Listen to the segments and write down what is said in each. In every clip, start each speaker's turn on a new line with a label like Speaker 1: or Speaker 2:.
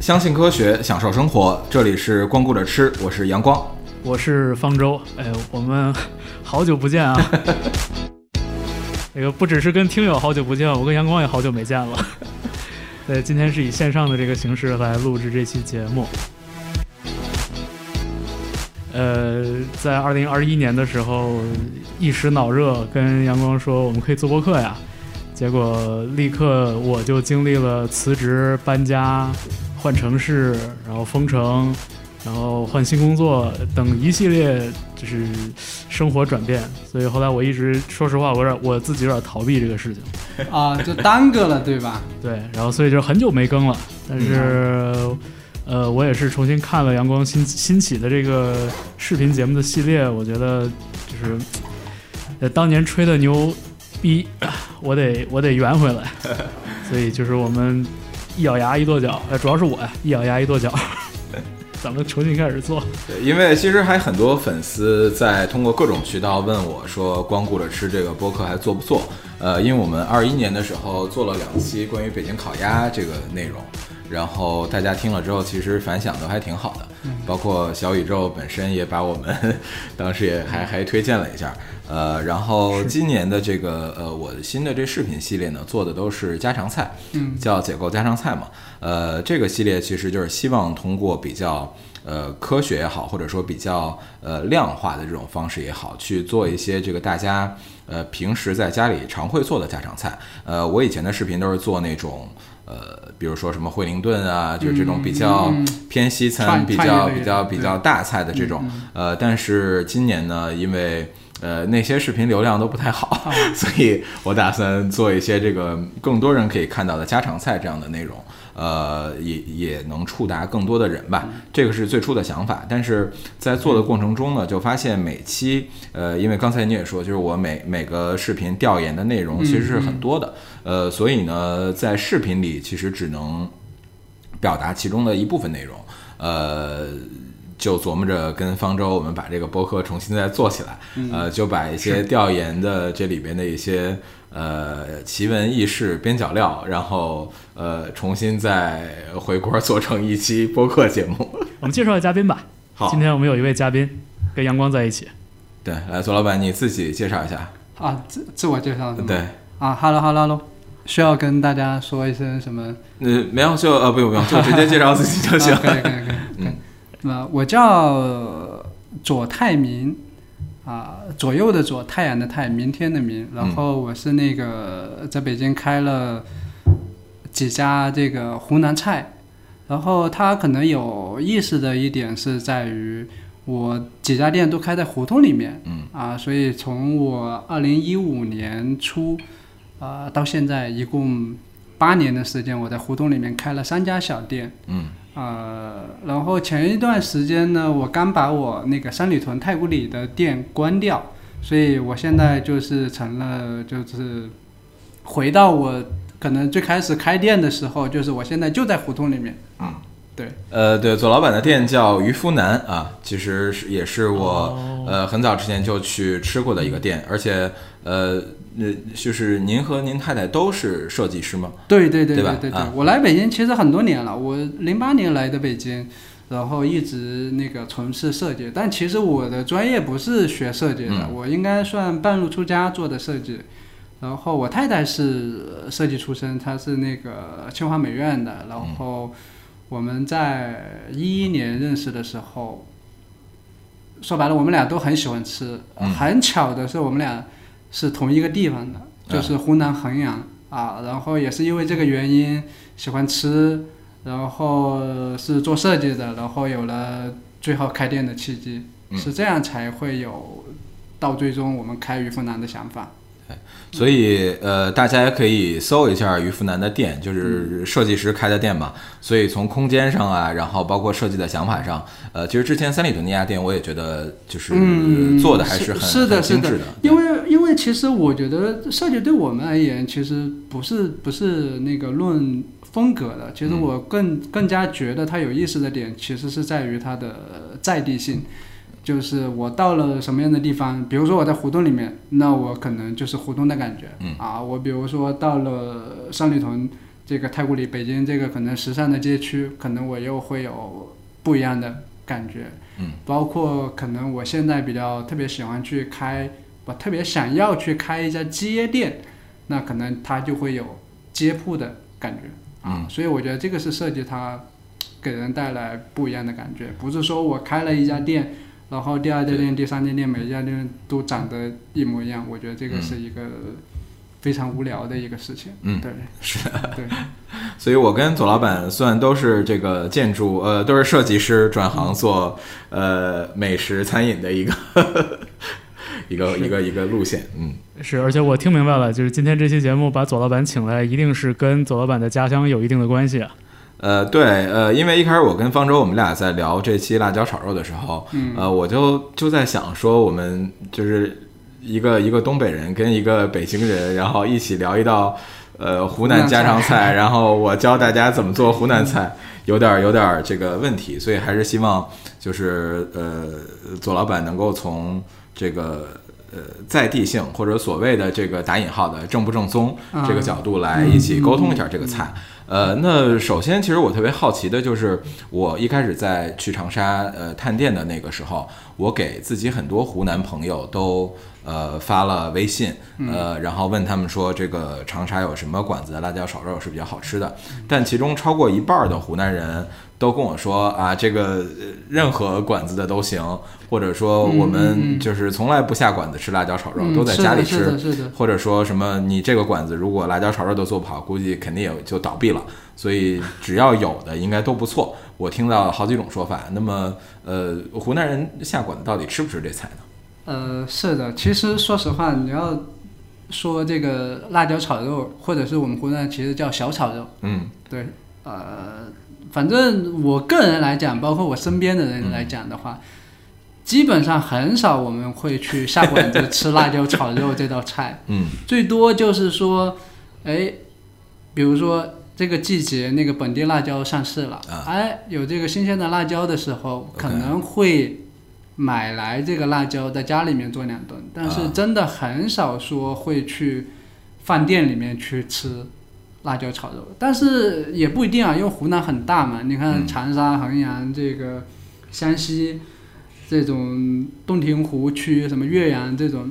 Speaker 1: 相信科学，享受生活。这里是光顾着吃，我是阳光。
Speaker 2: 我是方舟，哎，我们好久不见啊！这个不只是跟听友好久不见，我跟阳光也好久没见了。对，今天是以线上的这个形式来录制这期节目。呃，在二零二一年的时候，一时脑热，跟阳光说我们可以做播客呀，结果立刻我就经历了辞职、搬家、换城市，然后封城，然后换新工作等一系列就是生活转变，所以后来我一直说实话，我有点我自己有点逃避这个事情，
Speaker 3: 啊，就耽搁了，对吧？
Speaker 2: 对，然后所以就很久没更了，但是。呃，我也是重新看了阳光新新起的这个视频节目的系列，我觉得就是，呃，当年吹的牛逼，我得我得圆回来，所以就是我们一咬牙一跺脚，呃，主要是我呀，一咬牙一跺脚， 咱们重新开始做。
Speaker 1: 对，因为其实还很多粉丝在通过各种渠道问我说，光顾着吃这个播客还做不做？呃，因为我们二一年的时候做了两期关于北京烤鸭这个内容，然后大家听了之后，其实反响都还挺好的，包括小宇宙本身也把我们 当时也还还推荐了一下。呃，然后今年的这个呃，我的新的这视频系列呢，做的都是家常菜，
Speaker 3: 嗯
Speaker 1: 叫解构家常菜嘛。呃，这个系列其实就是希望通过比较呃科学也好，或者说比较呃量化的这种方式也好，去做一些这个大家呃平时在家里常会做的家常菜。呃，我以前的视频都是做那种。呃，比如说什么惠灵顿啊，就是这种比较
Speaker 3: 嗯嗯
Speaker 1: 偏西餐、
Speaker 3: 串
Speaker 1: 比
Speaker 3: 串
Speaker 1: 较
Speaker 3: 一类
Speaker 1: 比较
Speaker 3: 的
Speaker 1: 比
Speaker 3: 对
Speaker 1: 较大菜的这种。呃，但是今年呢，因为呃那些视频流量都不太好， 所以我打算做一些这个更多人可以看到的家常菜这样的内容。呃，也也能触达更多的人吧，这个是最初的想法。但是在做的过程中呢，就发现每期，呃，因为刚才你也说，就是我每每个视频调研的内容其实是很多的，呃，所以呢，在视频里其实只能表达其中的一部分内容，呃。就琢磨着跟方舟，我们把这个播客重新再做起来，呃，就把一些调研的这里边的一些呃奇闻异事、边角料，然后呃重新再回锅做成一期播客节目。
Speaker 2: 我们介绍一下嘉宾吧。
Speaker 1: 好
Speaker 2: 今天我们有一位嘉宾跟阳光在一起，
Speaker 1: 对，来，左老板你自己介绍一下。
Speaker 3: 啊，自自我介绍是吗？
Speaker 1: 对，
Speaker 3: 啊，hello hello hello，需要跟大家说一声什么？
Speaker 1: 呃，没有就呃不用不用，就直接介绍自己就行
Speaker 3: 啊。可以可以可以。
Speaker 1: 嗯
Speaker 3: 那我叫左泰民，啊，左右的左，太阳的太，明天的明。然后
Speaker 1: 嗯
Speaker 3: 我是那个在北京开了几家这个湖南菜，然后它可能有意思的一点是在于。我几家店都开在胡同里面，
Speaker 1: 嗯
Speaker 3: 啊，所以从我二零一五年初，啊、到现在一共八年的时间，我在胡同里面开了三家小店，
Speaker 1: 嗯
Speaker 3: 呃，然后前一段时间呢，我刚把我那个三里屯太古里的店关掉，所以我现在就是成了就是回到我可能最开始开店的时候，就是我现在就在胡同里面。
Speaker 1: 嗯，
Speaker 3: 对，
Speaker 1: 呃，对，左老板的店叫渔夫南啊，其实是也是我、
Speaker 2: 哦
Speaker 1: 呃很早之前就去吃过的一个店，而且呃呃就是您和您太太都是设计师吗？
Speaker 3: 对对对
Speaker 1: 对吧
Speaker 3: 对对，
Speaker 1: 啊
Speaker 3: 我来北京其实很多年了，我零八年来的北京，然后一直那个从事设计，但其实我的专业不是学设计的，
Speaker 1: 嗯
Speaker 3: 我应该算半路出家做的设计。然后我太太是设计出身，她是那个清华美院的，然
Speaker 1: 嗯
Speaker 3: 后我们在一一年认识的时候，说白了我们俩都很喜欢吃，
Speaker 1: 嗯
Speaker 3: 很巧的是我们俩是同一个地方的，
Speaker 1: 嗯
Speaker 3: 就是湖南衡阳。啊，然后也是因为这个原因喜欢吃，然后是做设计的，然后有了最后开店的契机，
Speaker 1: 嗯
Speaker 3: 是这样才会有到最终我们开渔夫南的想法。
Speaker 1: 所以呃，大家也可以搜一下渔夫南的店，
Speaker 3: 嗯
Speaker 1: 就是设计师开的店嘛。所以从空间上啊，然后包括设计的想法上，呃，其实之前三里屯那家店我也觉得就是、
Speaker 3: 嗯
Speaker 1: 做的还很
Speaker 3: 是是的
Speaker 1: 很精致
Speaker 3: 是
Speaker 1: 的。
Speaker 3: 因为因为其实我觉得设计对我们而言，其实不是不是那个论风格的，其实我更更加觉得它有意思的点，其实是在于它的呃在地性。就是我到了什么样的地方，比如说我在胡同里面，那我可能就是胡同的感觉、
Speaker 1: 嗯
Speaker 3: 啊。我比如说到了三里屯，这个太古里、北京这个可能时尚的街区，可能我又会有不一样的感觉。
Speaker 1: 嗯，
Speaker 3: 包括可能我现在比较特别喜欢去开，我特别想要去开一家街店，那可能它就会有街铺的感觉。
Speaker 1: 嗯
Speaker 3: 所以我觉得这个是设计它给人带来不一样的感觉，不是说我开了一家店，然后第二家店、第三家店每一家店都长得一模一样，我觉得这个是一个非常无聊的一个事情。
Speaker 1: 嗯
Speaker 3: 对，
Speaker 1: 是
Speaker 3: 对，
Speaker 1: 所以我跟左老板算都是这个建筑，呃，都是设计师转行做呃美食餐饮的一个 一个一个一个路线，嗯，
Speaker 2: 是，而且我听明白了，就是今天这期节目把左老板请来，一定是跟左老板的家乡有一定的关系啊。
Speaker 1: 呃，对，呃，因为一开始我跟方舟我们俩在聊这期辣椒炒肉的时候，
Speaker 3: 嗯
Speaker 1: 呃，我就就在想说，我们就是一个一个东北人跟一个北京人，然后一起聊一道呃湖南家常 菜，然后我教大家怎么做湖南菜，有点儿有点儿这个问题，所以还是希望就是呃左老板能够从这个。呃，在地性或者所谓的这个打引号的正不正宗
Speaker 3: 啊
Speaker 1: 这个角度来一起沟通一下这个菜，
Speaker 3: 嗯
Speaker 1: 呃，那首先，其实我特别好奇的就是，我一开始在去长沙呃探店的那个时候，我给自己很多湖南朋友都呃发了微信，
Speaker 3: 嗯
Speaker 1: 呃，然后问他们说这个长沙有什么馆子的辣椒炒肉是比较好吃的，但其中超过一半儿的湖南人都跟我说啊，这个呃任何馆子的都行，或者说我们就是从来不下馆子吃辣椒炒肉，
Speaker 3: 嗯
Speaker 1: 都在
Speaker 3: 是
Speaker 1: 家
Speaker 3: 的
Speaker 1: 里
Speaker 3: 是
Speaker 1: 吃，
Speaker 3: 的是的
Speaker 1: 或者说什么你这个馆子如果辣椒炒肉都做不好，估计肯定也就倒闭了。所以只要有的应该都不错。我听到好几种说法。那么，呃，湖南人下馆子到底吃不吃这菜呢？
Speaker 3: 呃，是的，其实说实话，你要说这个辣椒炒肉，或者是我们湖南其实叫小炒肉，
Speaker 1: 嗯
Speaker 3: 对，呃，反正我个人来讲，包括我身边的人来讲的话，基本上很少我们会去下馆子吃辣椒炒肉这道菜，
Speaker 1: 嗯
Speaker 3: 最多就是说，哎，比如说这个季节那个本地辣椒上市了，
Speaker 1: 啊
Speaker 3: 哎，有这个新鲜的辣椒的时候，
Speaker 1: OK
Speaker 3: 可能会买来这个辣椒在家里面做两顿，但是
Speaker 1: 啊
Speaker 3: 真的很少说会去饭店里面去吃。辣椒炒肉，但是也不一定啊，因为湖南很大嘛，你看
Speaker 1: 嗯
Speaker 3: 长沙、衡阳这个湘西这种洞庭湖区，什么岳阳这种，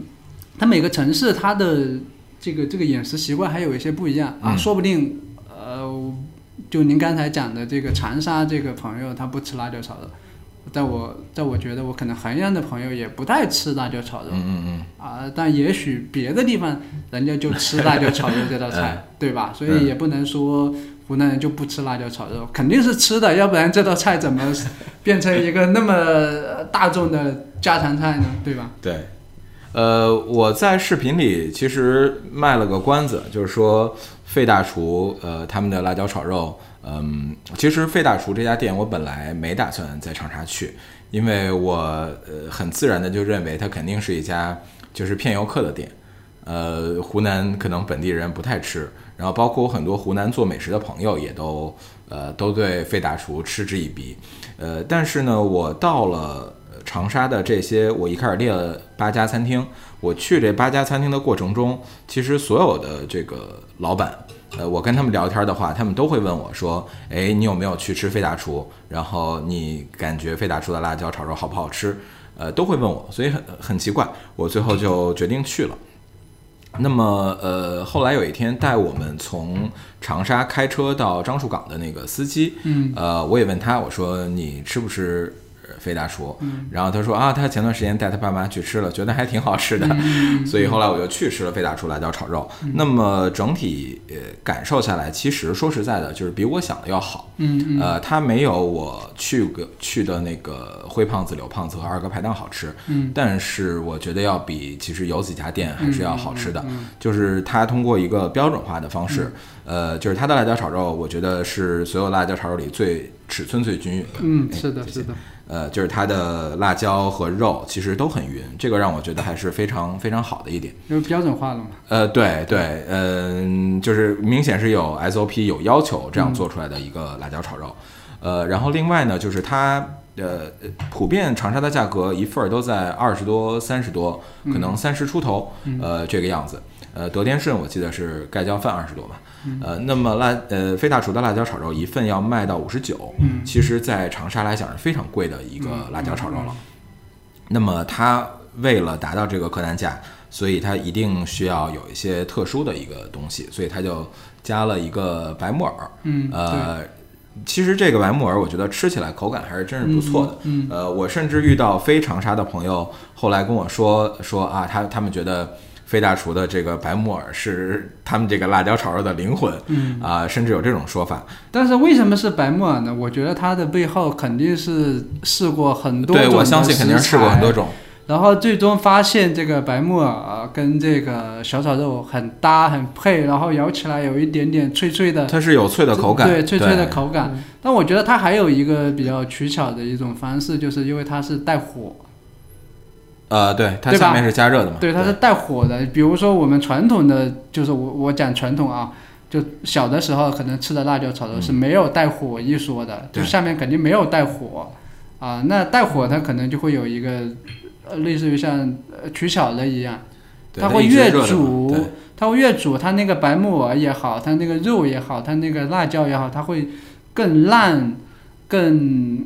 Speaker 3: 它每个城市它的这个这个饮食习惯还有一些不一样啊，
Speaker 1: 嗯
Speaker 3: 说不定呃，就您刚才讲的这个长沙这个朋友，他不吃辣椒炒肉，在我在我觉得我可能衡阳的朋友也不太吃辣椒炒肉，
Speaker 1: 嗯嗯嗯，
Speaker 3: 啊，但也许别的地方人家就吃辣椒炒肉这道 菜，
Speaker 1: 嗯
Speaker 3: 对吧？所以也不能说湖南人就不吃辣椒炒肉，肯定是吃的，要不然这道菜怎么变成一个那么呃大众的家常菜呢？对吧？
Speaker 1: 对。呃，我在视频里其实卖了个关子，就是说费大厨呃他们的辣椒炒肉，嗯，其实费大厨这家店我本来没打算在长沙去，因为我呃很自然的就认为它肯定是一家就是骗游客的店，呃，湖南可能本地人不太吃，然后包括我很多湖南做美食的朋友也都呃都对费大厨嗤之以鼻，呃，但是呢，我到了呃长沙的这些，我一开始列了八家餐厅，我去这八家餐厅的过程中，其实所有的这个老板。呃，我跟他们聊天的话，他们都会问我说：“哎，你有没有去吃费大厨？然后你感觉费大厨的辣椒炒肉好不好吃？”呃，都会问我，所以很很奇怪，我最后就决定去了。那么，呃，后来有一天带我们从长沙开车到樟树港的那个司机，
Speaker 3: 嗯，
Speaker 1: 呃，我也问他，我说你吃不吃呃费大厨？
Speaker 3: 嗯
Speaker 1: 然后他说啊，他前段时间带他爸妈去吃了，觉得还挺好吃的，
Speaker 3: 嗯
Speaker 1: 所以后来我就去吃了费大厨辣椒炒肉。那么整体呃感受下来，其实说实在的，就是比我想的要好。
Speaker 3: 嗯嗯
Speaker 1: 呃，它没有我去过去的那个灰胖子、柳胖子和二哥排档好吃，
Speaker 3: 嗯，
Speaker 1: 但是我觉得要比其实有几家店还是要好吃的，
Speaker 3: 嗯嗯嗯
Speaker 1: 就是它通过一个标准化的方式，呃，就是它的辣椒炒肉，我觉得是所有辣椒炒肉里最尺寸最均匀的，
Speaker 3: 嗯，
Speaker 1: 哎
Speaker 3: 是的，
Speaker 1: 谢谢
Speaker 3: 是的，
Speaker 1: 呃，就是它的辣椒和肉其实都很匀，这个让我觉得还是非常非常好的一点。
Speaker 3: 因为标准化了嘛。
Speaker 1: 呃，对对，嗯、就是明显是有 SOP 有要求这
Speaker 3: 嗯
Speaker 1: 样做出来的一个辣椒炒肉，呃，然后另外呢，就是它呃，普遍长沙的
Speaker 3: 嗯
Speaker 1: 价格一份儿都在二十多、三十多，可能三十出头，呃，这个样子。呃，德天顺我记得是盖浇饭二十多吧，
Speaker 3: 嗯
Speaker 1: 呃，那么辣呃非大厨的辣椒炒肉一份要卖到五十九，
Speaker 3: 嗯
Speaker 1: 其实，在长沙来讲是非常贵的一个
Speaker 3: 嗯
Speaker 1: 辣椒炒肉了。那么它为了达到这个客单价，所以它一定需要有一些特殊的一个东西，所以它就加了一个白木耳。
Speaker 3: 嗯，对，
Speaker 1: 呃，其实这个白木耳，我觉得吃起来口感还是真是不错的。
Speaker 3: 嗯
Speaker 1: 呃，我甚至遇到非长沙的朋友，后来跟我说说啊，他他们觉得非大厨的这个白木耳是他们这个辣椒炒肉的灵魂
Speaker 3: 嗯，
Speaker 1: 啊、甚至有这种说法。
Speaker 3: 但是为什么是白木耳呢？我觉得它的背后肯定是试过很多
Speaker 1: 对，
Speaker 3: 种
Speaker 1: 我
Speaker 3: 的
Speaker 1: 相信肯定是试过很多种。
Speaker 3: 然后最终发现这个白木耳跟这个小炒肉很搭很配，然后咬起来有一点点脆脆的
Speaker 1: 它是有脆的口感，
Speaker 3: 对脆脆的口感
Speaker 2: 嗯。
Speaker 3: 但我觉得它还有一个比较取巧的一种方式，就是因为它是带火，
Speaker 1: 呃，对，它
Speaker 3: 对吧
Speaker 1: 下面是加热的嘛，
Speaker 3: 对，它是带火的。比如说我们传统的，就是我我讲传统啊，就小的时候可能吃的辣椒炒肉是没有带火一说的，
Speaker 1: 嗯对
Speaker 3: 就下面肯定没有带火啊。那带火它可能就会有一个呃类似于像呃取巧的一样。
Speaker 1: 对
Speaker 3: 它
Speaker 1: 它
Speaker 3: 会
Speaker 1: 一直
Speaker 3: 越
Speaker 1: 热的嘛
Speaker 3: 煮
Speaker 1: 对
Speaker 3: 它会越煮，它那个白木耳也好，它那个肉也好，它那个辣椒也好，它会更烂，更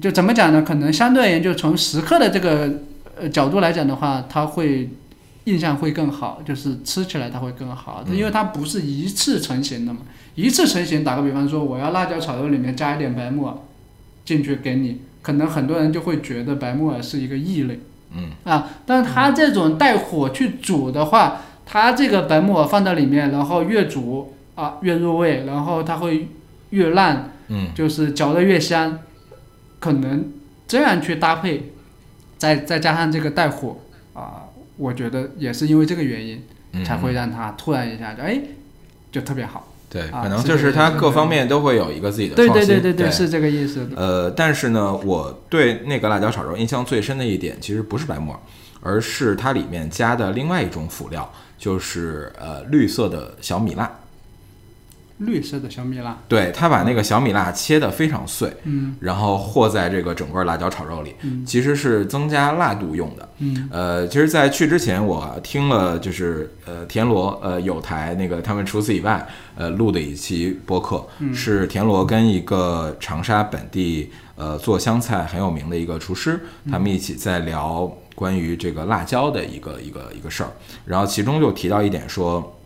Speaker 3: 就怎么讲呢？可能相对而言，就从食客的这个呃角度来讲的话，它会印象会更好，就是吃起来它会更好，
Speaker 1: 嗯
Speaker 3: 因为它不是一次成型的嘛。一次成型，打个比方说，我要辣椒炒肉里面加一点白木耳进去给你，可能很多人就会觉得白木耳是一个异类。
Speaker 1: 嗯，
Speaker 3: 啊，但是它这种带火去煮的话，它这个白木耳放到里面，然后越煮啊越入味，然后它会越烂，
Speaker 1: 嗯，
Speaker 3: 就是嚼得越香，可能这样去搭配，再再加上这个带火啊，我觉得也是因为这个原因
Speaker 1: 嗯
Speaker 3: 才会让它突然一下就哎就特别好。
Speaker 1: 对，
Speaker 3: 啊
Speaker 1: 可能
Speaker 3: 是
Speaker 1: 就
Speaker 3: 这
Speaker 1: 是
Speaker 3: 个
Speaker 1: 它
Speaker 3: 意思
Speaker 1: 各
Speaker 3: 对
Speaker 1: 方面都会有一个自己的
Speaker 3: 对
Speaker 1: 创
Speaker 3: 对
Speaker 1: 新。
Speaker 3: 对对
Speaker 1: 对
Speaker 3: 对，是这个意思的。
Speaker 1: 呃，但是呢，我对那个辣椒炒肉印象最深的一点，其实不是白木耳，而是它里面加的另外一种辅料，就是呃绿色的小米辣。
Speaker 3: 绿色的小米辣，
Speaker 1: 对，它把那个小米辣切得非常碎，
Speaker 3: 嗯
Speaker 1: 然后和在这个整个辣椒炒肉里，
Speaker 3: 嗯
Speaker 1: 其实是增加辣度用的。
Speaker 3: 嗯
Speaker 1: 呃，其实，在去之前，我听了就是呃田螺呃有台那个他们除此以外呃录的一期播客，
Speaker 3: 嗯
Speaker 1: 是田螺跟一个长沙本地呃做湘菜很有名的一个厨师，
Speaker 3: 嗯
Speaker 1: 他们一起在聊关于这个辣椒的一个一个一个事儿，然后其中就提到一点说，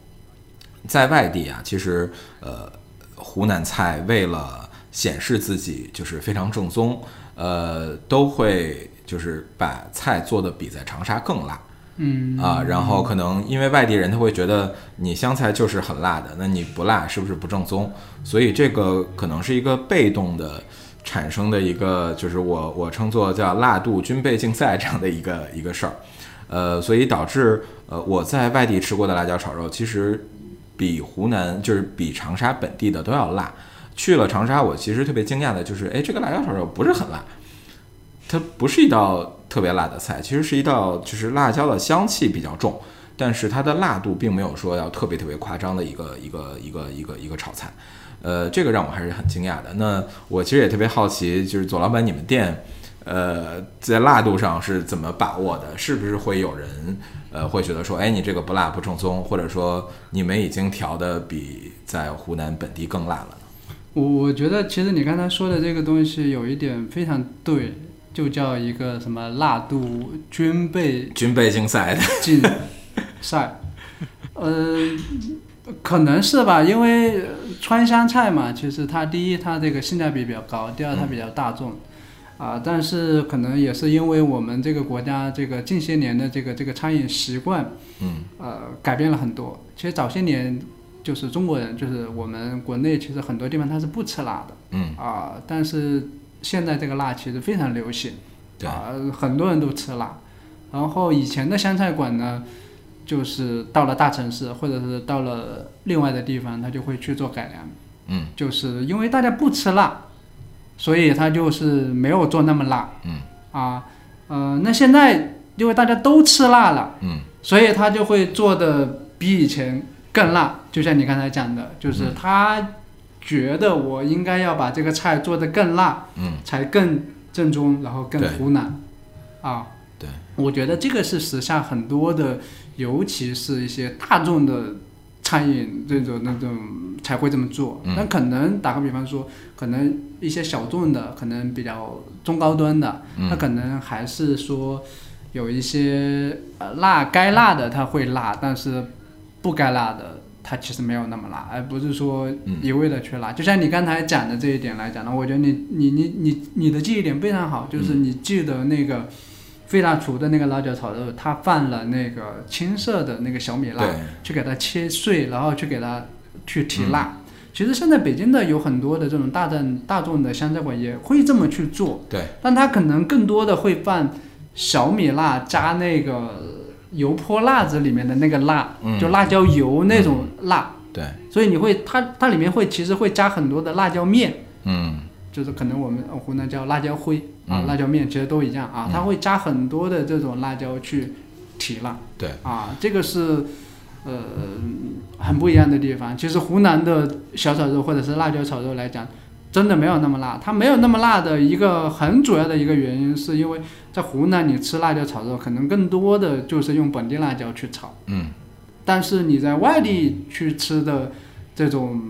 Speaker 1: 在外地啊，其实呃湖南菜为了显示自己就是非常正宗，呃，都会就是把菜做的比在长沙更辣
Speaker 3: 嗯
Speaker 1: 啊、然后可能因为外地人他会觉得你湘菜就是很辣的，那你不辣是不是不正宗？所以这个可能是一个被动的。产生的一个就是我我称作叫辣度军备竞赛这样的一个一个事儿，呃，所以导致呃我在外地吃过的辣椒炒肉，其实比湖南就是比长沙本地的都要辣。去了长沙，我其实特别惊讶的就是，哎，这个辣椒炒肉不是很辣，它不是一道特别辣的菜，其实是一道就是辣椒的香气比较重，但是它的辣度并没有说要特别特别夸张的一个一个一个一个一个炒菜。呃，这个让我还是很惊讶的。那我其实也特别好奇，就是左老板你们店，呃，在辣度上是怎么把握的？是不是会有人呃会觉得说，哎，你这个不辣不正宗，或者说你们已经调的比在湖南本地更辣了呢？
Speaker 3: 我我觉得其实你刚才说的这个东西有一点非常对，就叫一个什么辣度军备
Speaker 1: 军备竞赛的，
Speaker 3: 竞赛，呃，可能是吧，因为呃川湘菜嘛，其实它第一它这个性价比比较高，第二它比较大众。啊，但是可能也是因为我们这个国家这个近些年的这个这个餐饮习惯，
Speaker 1: 嗯
Speaker 3: 呃，改变了很多。其实早些年就是中国人，就是我们国内，其实很多地方它是不吃辣的
Speaker 1: 嗯，
Speaker 3: 啊、但是现在这个辣其实非常流行，
Speaker 1: 对，
Speaker 3: 啊、很多人都吃辣。然后以前的湘菜馆呢，就是到了大城市或者是到了另外的地方，它就会去做改良。
Speaker 1: 嗯
Speaker 3: 就是因为大家不吃辣，所以它就是没有做那么辣。
Speaker 1: 嗯。
Speaker 3: 啊，呃，那现在因为大家都吃辣了，
Speaker 1: 嗯
Speaker 3: 所以它就会做的比以前更辣。就像你刚才讲的，
Speaker 1: 嗯
Speaker 3: 就是他觉得我应该要把这个菜做的更辣，
Speaker 1: 嗯，
Speaker 3: 才更正宗，然后更
Speaker 1: 对
Speaker 3: 湖南。啊，
Speaker 1: 对，
Speaker 3: 我觉得这个是时下很多的尤其是一些大众的餐饮这种那种才会这么做
Speaker 1: 嗯。
Speaker 3: 但可能打个比方说，可能一些小众的，可能比较中高端的，
Speaker 1: 嗯
Speaker 3: 它可能还是说有一些呃辣该辣的它会辣，但是不该辣的它其实没有那么辣，而不是说
Speaker 1: 嗯
Speaker 3: 一味的去辣。就像你刚才讲的这一点来讲呢，我觉得你你你你你的记忆点非常好，就是
Speaker 1: 嗯
Speaker 3: 你记得那个。费辣厨的那个辣椒炒肉，它放了那个青色的那个小米辣，
Speaker 1: 对，
Speaker 3: 去给它切碎，然后去给它去提辣。
Speaker 1: 嗯
Speaker 3: 其实现在北京的有很多的这种大众大众的湘菜馆也会这么去做，
Speaker 1: 对，
Speaker 3: 但它可能更多的会放小米辣加那个油泼辣子里面的那个辣，
Speaker 1: 嗯
Speaker 3: 就辣椒油那种辣，
Speaker 1: 对，
Speaker 3: 所以你会它它里面会其实会加很多的辣椒面，
Speaker 1: 嗯
Speaker 3: 就是可能我们呃湖南叫辣椒灰啊，
Speaker 1: 嗯
Speaker 3: 辣椒面其实都一样啊，它会加很多的这种辣椒去提辣。
Speaker 1: 嗯对
Speaker 3: 啊，这个是呃很不一样的地方。其实湖南的小炒肉或者是辣椒炒肉来讲，真的没有那么辣。它没有那么辣的一个很主要的一个原因，是因为在湖南你吃辣椒炒肉，可能更多的就是用本地辣椒去炒。
Speaker 1: 嗯
Speaker 3: 但是你在外地去吃的这种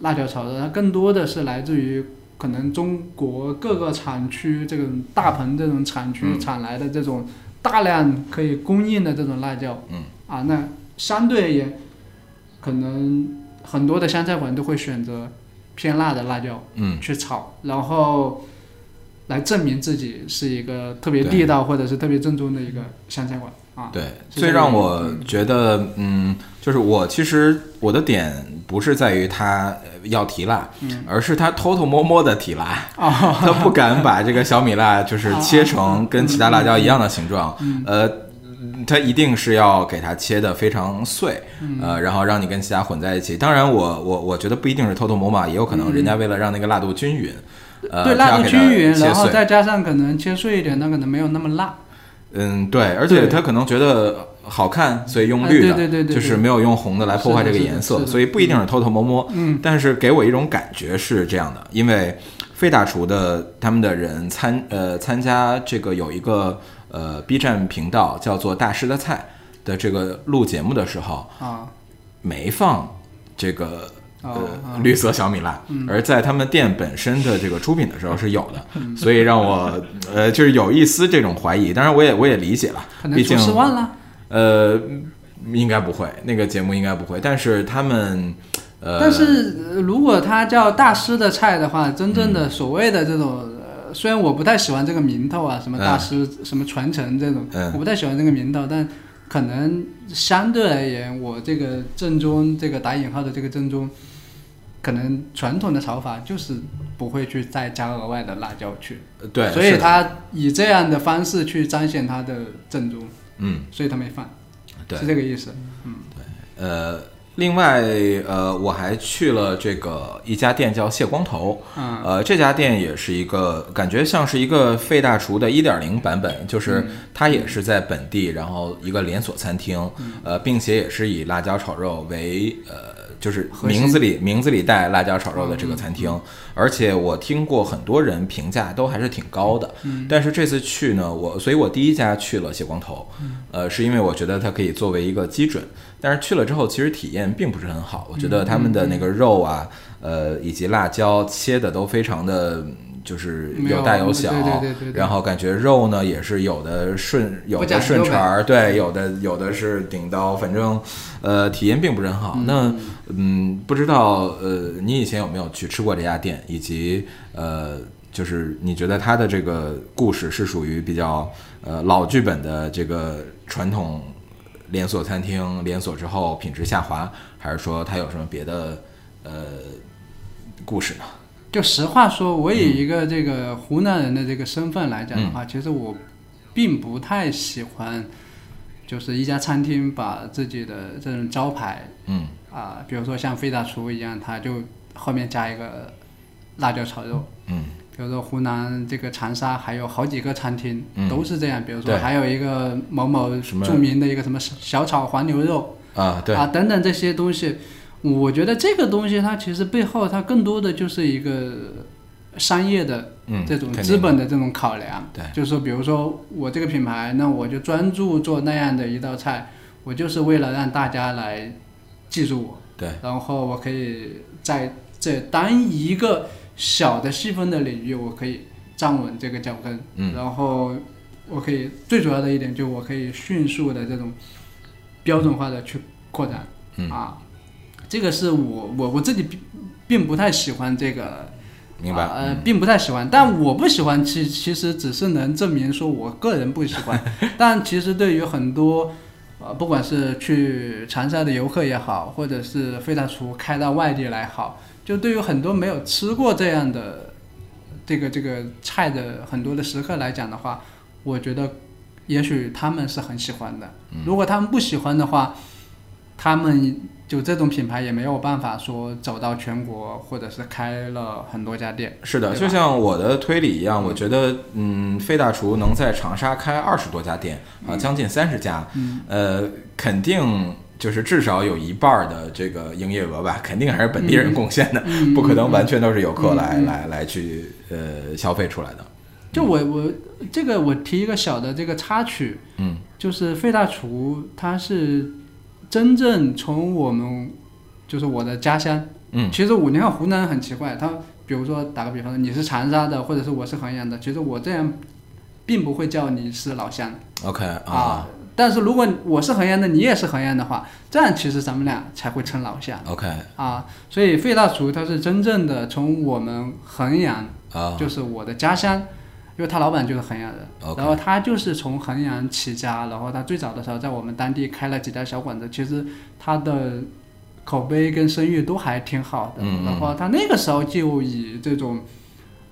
Speaker 3: 辣椒炒肉，它更多的是来自于可能中国各个产区这种大棚这种产区
Speaker 1: 嗯
Speaker 3: 产来的这种大量可以供应的这种辣椒，
Speaker 1: 嗯
Speaker 3: 啊，那相对而言，可能很多的湘菜馆都会选择偏辣的辣椒
Speaker 1: 嗯，
Speaker 3: 去炒，然后来证明自己是一个特别
Speaker 1: 对
Speaker 3: 地道或者是特别正宗的一个湘菜馆啊。
Speaker 1: 对，
Speaker 3: 是
Speaker 1: 最
Speaker 3: 这
Speaker 1: 让
Speaker 3: 样
Speaker 1: 我觉得，嗯，就是我其实我的点不是在于他呃要提辣，
Speaker 3: 嗯
Speaker 1: 而是他偷偷摸摸的提辣。
Speaker 3: 啊，
Speaker 1: 他不敢把这个小米辣就是切成跟其他辣椒一样的形状，
Speaker 3: 哦嗯
Speaker 1: 呃，他一定是要给它切的非常碎，
Speaker 3: 嗯
Speaker 1: 呃，然后让你跟其他混在一起。当然我，我我觉得不一定是偷偷摸摸，也有可能人家为了让那个辣度均匀，呃，
Speaker 3: 嗯对，
Speaker 1: 他
Speaker 3: 辣
Speaker 1: 要
Speaker 3: 度
Speaker 1: 给它
Speaker 3: 均匀，
Speaker 1: 切
Speaker 3: 然后
Speaker 1: 碎
Speaker 3: 再加上可能切碎一点，它可能没有那么辣。
Speaker 1: 嗯，对，而且
Speaker 3: 对
Speaker 1: 他可能觉得好看，所以用
Speaker 3: 哎
Speaker 1: 绿的，
Speaker 3: 对对对对
Speaker 1: 就是
Speaker 3: 对
Speaker 1: 没有用红的来破坏这
Speaker 3: 是
Speaker 1: 个
Speaker 3: 的
Speaker 1: 颜
Speaker 3: 是的
Speaker 1: 色，
Speaker 3: 是的
Speaker 1: 所以不一定是偷偷摸摸。
Speaker 3: 嗯，
Speaker 1: 但是给我一种感觉是这样的，因为费大厨的他们的人参呃参加这个有一个呃 B 站频道叫做《大师的菜》的这个录节目的时候，
Speaker 3: 啊
Speaker 1: 没放这个。呃
Speaker 3: 哦嗯哦，
Speaker 1: 绿色小米辣，而在他们店本身的这个出品的时候是有
Speaker 3: 嗯
Speaker 1: 的，所以让我呃 就是有一丝这种怀疑。当然，我也我也理解了
Speaker 3: 可，能
Speaker 1: 毕
Speaker 3: 厨
Speaker 1: 竟
Speaker 3: 师忘了。
Speaker 1: 呃，应该不会，那个节目应该不会。但是他们，呃，
Speaker 3: 但是呃如果它叫大师的菜的话，真
Speaker 1: 嗯
Speaker 3: 正的所谓的这种，呃虽然我不太喜欢这个名头啊，什么大师、什么传承这种，
Speaker 1: 嗯
Speaker 3: 我不太喜欢这个名头，但可能相对而言，我这个正宗这个打引号的这个正宗，可能传统的炒法就是不会去再加额外的辣椒去，
Speaker 1: 对，
Speaker 3: 所
Speaker 1: 是
Speaker 3: 以
Speaker 1: 的
Speaker 3: 他以这样的方式去彰显他的正宗。
Speaker 1: 嗯，
Speaker 3: 所以他没放，
Speaker 1: 对
Speaker 3: 是，这个意思。
Speaker 1: 呃，另外呃，我还去了这个一家店叫蟹光头，
Speaker 3: 嗯，
Speaker 1: 呃，这家店也是一个感觉像是一个费大厨的1.0版本，就是
Speaker 3: 嗯
Speaker 1: 它也是在本地，然后一个连锁餐厅，
Speaker 3: 嗯
Speaker 1: 呃，并且也是以辣椒炒肉为呃。就是
Speaker 3: 核心嗯
Speaker 1: 名字里名字里带辣椒炒肉的这个餐厅，而且我听过很多人评价都还是挺高的。
Speaker 3: 嗯
Speaker 1: 但是这次去呢，我所以我第一家去了血光头，呃，是因为我觉得它可以作为一个基准，但是去了之后其实体验并不是很好。我觉得他们的
Speaker 3: 嗯
Speaker 1: 那个肉啊，呃，以及辣椒切的都非常的。就是
Speaker 3: 没有嗯
Speaker 1: 有大有小，
Speaker 3: 对对对对对
Speaker 1: 然后感觉肉呢也是有的顺，有
Speaker 3: 讲
Speaker 1: 的
Speaker 3: 究
Speaker 1: 顺
Speaker 3: 呗
Speaker 1: 茬儿，对，有的有的是顶刀，反正呃体验并不是很好。那嗯，不知道呃你以前有没有去吃过这家店，以及呃就是你觉得它的这个故事是属于比较呃老剧本的这个传统连锁餐厅连锁之后品质下滑，还是说它有什么别的呃故事呢？
Speaker 3: 就实话说，我
Speaker 1: 嗯
Speaker 3: 以一个这个湖南人的这个身份来讲的话，其实我并不太喜欢，就是一家餐厅把自己的这种招牌
Speaker 1: 嗯
Speaker 3: 啊、比如说像费大厨一样，它就后面加一个辣椒炒肉。
Speaker 1: 嗯
Speaker 3: 比如说湖南这个长沙还有好几个餐厅
Speaker 1: 嗯
Speaker 3: 都是这样，比如说
Speaker 1: 对
Speaker 3: 还有一个某某
Speaker 1: 什么
Speaker 3: 著名的一个什么小炒黄牛肉，
Speaker 1: 啊对
Speaker 3: 啊等等这些东西，我觉得这个东西它其实背后它更多的就是一个商业的
Speaker 1: 嗯
Speaker 3: 呃这种
Speaker 1: 肯定
Speaker 3: 资本的这种考量。
Speaker 1: 对
Speaker 3: 就是说，比如说我这个品牌，那我就专注做那样的一道菜，我就是为了让大家来记住我，
Speaker 1: 对，
Speaker 3: 然后我可以在这单一个小的细分的领域，我可以站稳这个脚跟，
Speaker 1: 嗯
Speaker 3: 然后我可以最主要的一点就是我可以迅速的这种标准化的去扩展，
Speaker 1: 嗯
Speaker 3: 啊，这个是我我我自己并并不太喜欢这个。
Speaker 1: 明白。
Speaker 3: 啊呃
Speaker 1: 嗯，
Speaker 3: 并不太喜欢，但我不喜欢，其其实只是能证明说我个人不喜 欢。但其实对于很多，呃，不管是去长沙的游客也好，或者是飞大厨开到外地来好，就对于很多没有吃过这样的这个这个菜的很多的食客来讲的话，我觉得也许他们是很喜欢的。
Speaker 1: 嗯
Speaker 3: 如果他们不喜欢的话，他们就这种品牌也没有办法说走到全国，或者是开了很多家店。
Speaker 1: 是的，
Speaker 3: 对
Speaker 1: 就
Speaker 3: 吧
Speaker 1: 像我的推理一样，我觉得，嗯，费大厨能在长沙开二十多家店
Speaker 3: 嗯
Speaker 1: 啊，将近三十家，呃，肯定就是至少有一半儿的这个营业额吧，肯定还是本地人贡献的，
Speaker 3: 嗯
Speaker 1: 不可能完全都是游客来来来去呃消费出来的。
Speaker 3: 就我我这个我提一个小的这个插曲，
Speaker 1: 嗯，
Speaker 3: 就是费大厨，他是真正从我们就是我的家乡，
Speaker 1: 嗯
Speaker 3: 其实我你看湖南很奇怪，他比如说打个比方，你是长沙的，或者是我是衡阳的，其实我这样并不会叫你是老乡
Speaker 1: OK
Speaker 3: 啊
Speaker 1: 啊。
Speaker 3: 但是如果我是衡阳的，你也是衡阳的话，这样其实咱们俩才会称老乡
Speaker 1: ，OK
Speaker 3: 啊。所以费大厨他是真正的从我们衡阳
Speaker 1: 啊
Speaker 3: 就是我的家乡，因为他老板就是衡阳人
Speaker 1: OK
Speaker 3: 然后他就是从衡阳起家，然后他最早的时候在我们当地开了几家小馆子，其实他的口碑跟声誉都还挺好的。
Speaker 1: 嗯嗯
Speaker 3: 然后他那个时候就以这种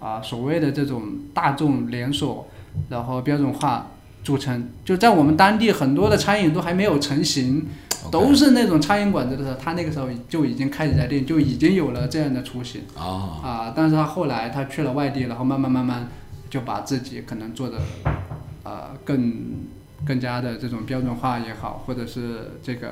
Speaker 3: 啊、所谓的这种大众连锁，然后标准化著称，就在我们当地很多的餐饮都还没有成型。
Speaker 1: ，OK，
Speaker 3: 都是那种餐饮馆子的时候，他那个时候就已经开几家店，就已经有了这样的雏形。
Speaker 1: 哦
Speaker 3: 啊，但是他后来他去了外地，然后慢慢慢慢就把自己可能做的呃更更加的这种标准化也好，或者是这个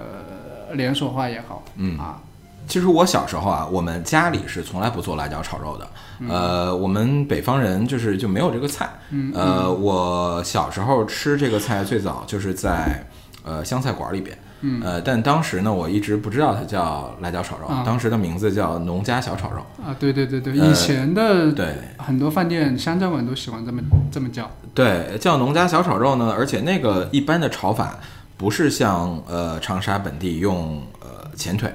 Speaker 3: 呃连锁化也好，嗯啊，
Speaker 1: 其实我小时候啊，我们家里是从来不做辣椒炒肉的，
Speaker 3: 嗯
Speaker 1: 呃，我们北方人就是就没有这个菜，
Speaker 3: 嗯
Speaker 1: 呃，我小时候吃这个菜最早就是在呃湘菜馆里边，
Speaker 3: 嗯
Speaker 1: 呃，但当时呢，我一直不知道它叫辣椒炒肉，
Speaker 3: 啊
Speaker 1: 当时的名字叫农家小炒肉，
Speaker 3: 啊，对对对对，
Speaker 1: 呃
Speaker 3: 以前的
Speaker 1: 对，
Speaker 3: 很多饭店、湘菜馆都喜欢这么这么叫，
Speaker 1: 对，叫农家小炒肉呢，而且那个一般的炒法不是像呃长沙本地用呃前腿，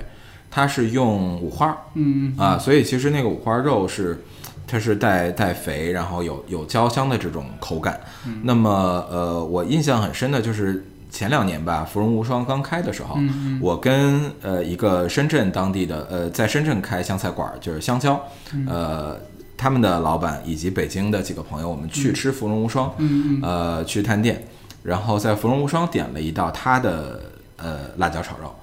Speaker 1: 它是用五花，
Speaker 3: 嗯，
Speaker 1: 啊，所以其实那个五花肉是它是带带肥，然后有有焦香的这种口感。
Speaker 3: 嗯
Speaker 1: 那么呃，我印象很深的就是前两年吧，芙蓉无双刚开的时候，
Speaker 3: 嗯
Speaker 1: 我跟呃一个深圳当地的呃在深圳开湘菜馆儿，就是香蕉，
Speaker 3: 嗯
Speaker 1: 呃。他们的老板以及北京的几个朋友，我们去吃芙蓉无双，
Speaker 3: 嗯
Speaker 1: 呃，去探店，然后在芙蓉无双点了一道他的呃辣椒炒肉，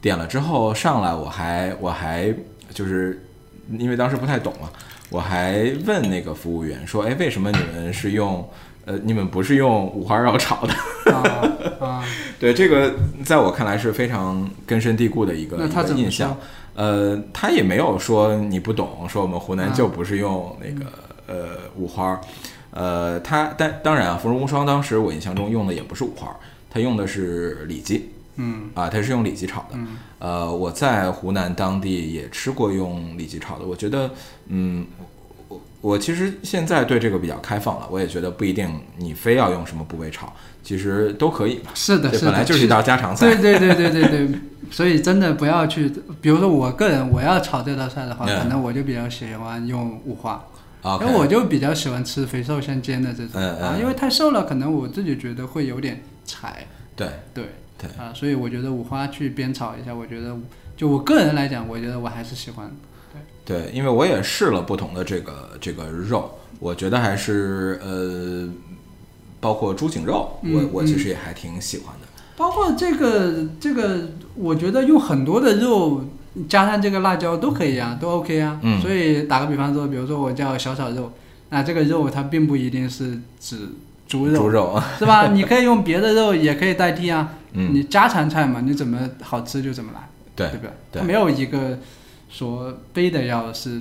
Speaker 1: 点了之后上来我还我还就是因为当时不太懂嘛，我还问那个服务员说，哎，为什么你们是用呃你们不是用五花肉炒的？
Speaker 3: 啊啊，
Speaker 1: 对，这个在我看来是非常根深蒂固的一个
Speaker 3: 那
Speaker 1: 一
Speaker 3: 他
Speaker 1: 个
Speaker 3: 怎么
Speaker 1: 印象
Speaker 3: 说。
Speaker 1: 呃，他也没有说你不懂，说我们湖
Speaker 3: 啊
Speaker 1: 南就不是用那个、呃五花儿，呃，他但当然啊，芙蓉无双当时我印象中用的也不是五花儿，他用的是里脊
Speaker 3: 嗯
Speaker 1: 啊，他是用里脊炒的。
Speaker 3: 嗯
Speaker 1: 呃，我在湖南当地也吃过用里脊炒的，我觉得，嗯，我我其实现在对这个比较开放了，我也觉得不一定你非要用什么部位炒，其实都可以嘛。
Speaker 3: 是的，
Speaker 1: 这
Speaker 3: 是
Speaker 1: 本来
Speaker 3: 的，
Speaker 1: 就是一道家常
Speaker 3: 对
Speaker 1: 菜。
Speaker 3: 对对对对对，所以真的不要去，比如说我个人我要炒这道菜的话，
Speaker 1: 嗯
Speaker 3: 可能我就比较喜欢用五花。
Speaker 1: OK，
Speaker 3: 因为我就比较喜欢吃肥瘦相间的这种
Speaker 1: 嗯嗯
Speaker 3: 啊，因为太瘦了，可能我自己觉得会有点柴，
Speaker 1: 对
Speaker 3: 对
Speaker 1: 对
Speaker 3: 啊，所以我觉得五花去煸炒一下，我觉得就我个人来讲，我觉得我还是喜欢，
Speaker 1: 对，因为我也试了不同的这个这个肉，我觉得还是呃，包括猪颈肉，我
Speaker 3: 嗯
Speaker 1: 我其实也还挺喜欢的。
Speaker 3: 包括这个这个，我觉得用很多的肉加上这个辣椒都可以啊，都 OK 啊，
Speaker 1: 嗯
Speaker 3: 所以打个比方说，比如说我叫小炒肉，那这个肉它并不一定是指猪肉，
Speaker 1: 猪 肉，啊
Speaker 3: 是吧？你可以用别的肉也可以代替啊，
Speaker 1: 嗯
Speaker 3: 你家常菜嘛，你怎么好吃就怎么来。
Speaker 1: 对
Speaker 3: 对不对？
Speaker 1: 对
Speaker 3: 它没有一个说非得要是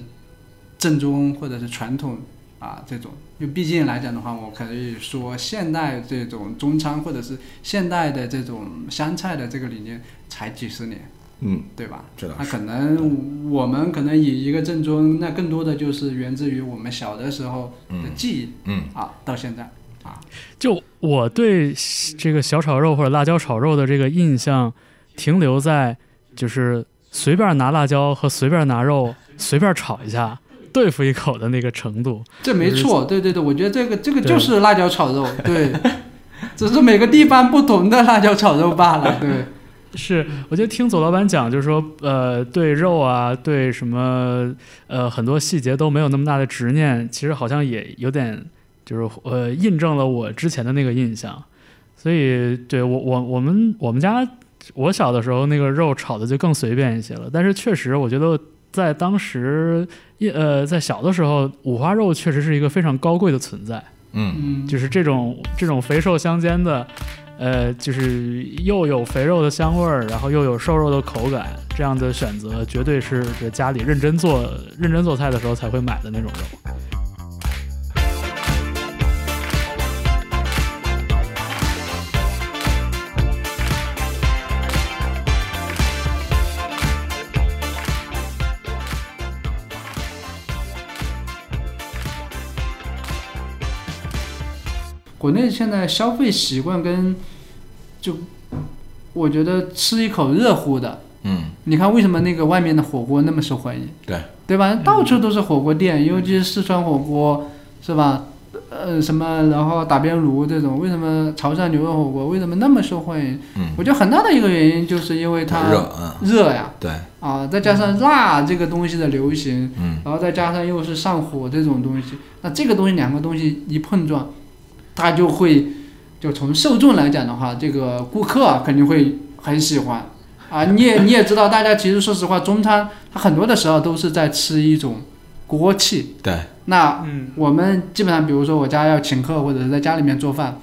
Speaker 3: 正宗或者是传统啊这种，因为毕竟来讲的话，我可以说现代这种中餐或者是现代的这种湘菜的这个理念才几十年，
Speaker 1: 嗯，
Speaker 3: 对吧？
Speaker 1: 这倒
Speaker 3: 那
Speaker 1: 是
Speaker 3: 可能我们可能以一个正宗，那更多的就是源自于我们小的时候的记忆、
Speaker 1: 嗯
Speaker 3: 啊，到现在啊，
Speaker 2: 就我对这个小炒肉或者辣椒炒肉的这个印象，停留在就是随便拿辣椒和随便拿肉随便炒一下，对付一口的那个程度。
Speaker 3: 这没错，对对对，我觉得这个这个
Speaker 2: 对
Speaker 3: 就是辣椒炒肉，对， 只是每个地方不同的辣椒炒肉罢了，对。
Speaker 2: 是，我就听左老板讲，就是说，呃，对肉啊，对什么，呃，很多细节都没有那么大的执念，其实好像也有点，就是呃，印证了我之前的那个印象。所以，对我我我们我们家，我小的时候那个肉炒的就更随便一些了，但是确实，我觉得在当时，一呃，在小的时候，五花肉确实是一个非常高贵的存在。
Speaker 1: 嗯
Speaker 3: 嗯，
Speaker 2: 就是这种这种肥瘦相间的，呃，就是又有肥肉的香味儿，然后又有瘦肉的口感，这样的选择绝对是这家里认真做认真做菜的时候才会买的那种肉。
Speaker 3: 国内现在消费习惯跟就，我觉得吃一口热乎的，
Speaker 1: 嗯，
Speaker 3: 你看为什么那个外面的火锅那么受欢迎，
Speaker 1: 对，嗯
Speaker 3: 对吧？到处都是火锅店，尤其是四川火锅，是吧？呃，什么，然后打边炉这种，为什么潮汕牛肉火锅为什么那么受欢迎？
Speaker 1: 嗯
Speaker 3: 我觉得很大的一个原因就是因为它
Speaker 1: 热，嗯，
Speaker 3: 热呀，
Speaker 1: 对，
Speaker 3: 啊，再加上辣这个东西的流行，
Speaker 1: 嗯，
Speaker 3: 然后再加上又是上火这种东西，那这个东西两个东西一碰撞，它就会，就从受众来讲的话，这个顾客啊肯定会很喜欢，啊，你也你也知道，大家其实说实话，中餐它很多的时候都是在吃一种锅气，
Speaker 1: 对，
Speaker 3: 那
Speaker 2: 嗯，
Speaker 3: 我们基本上，比如说我家要请客或者是在家里面做饭，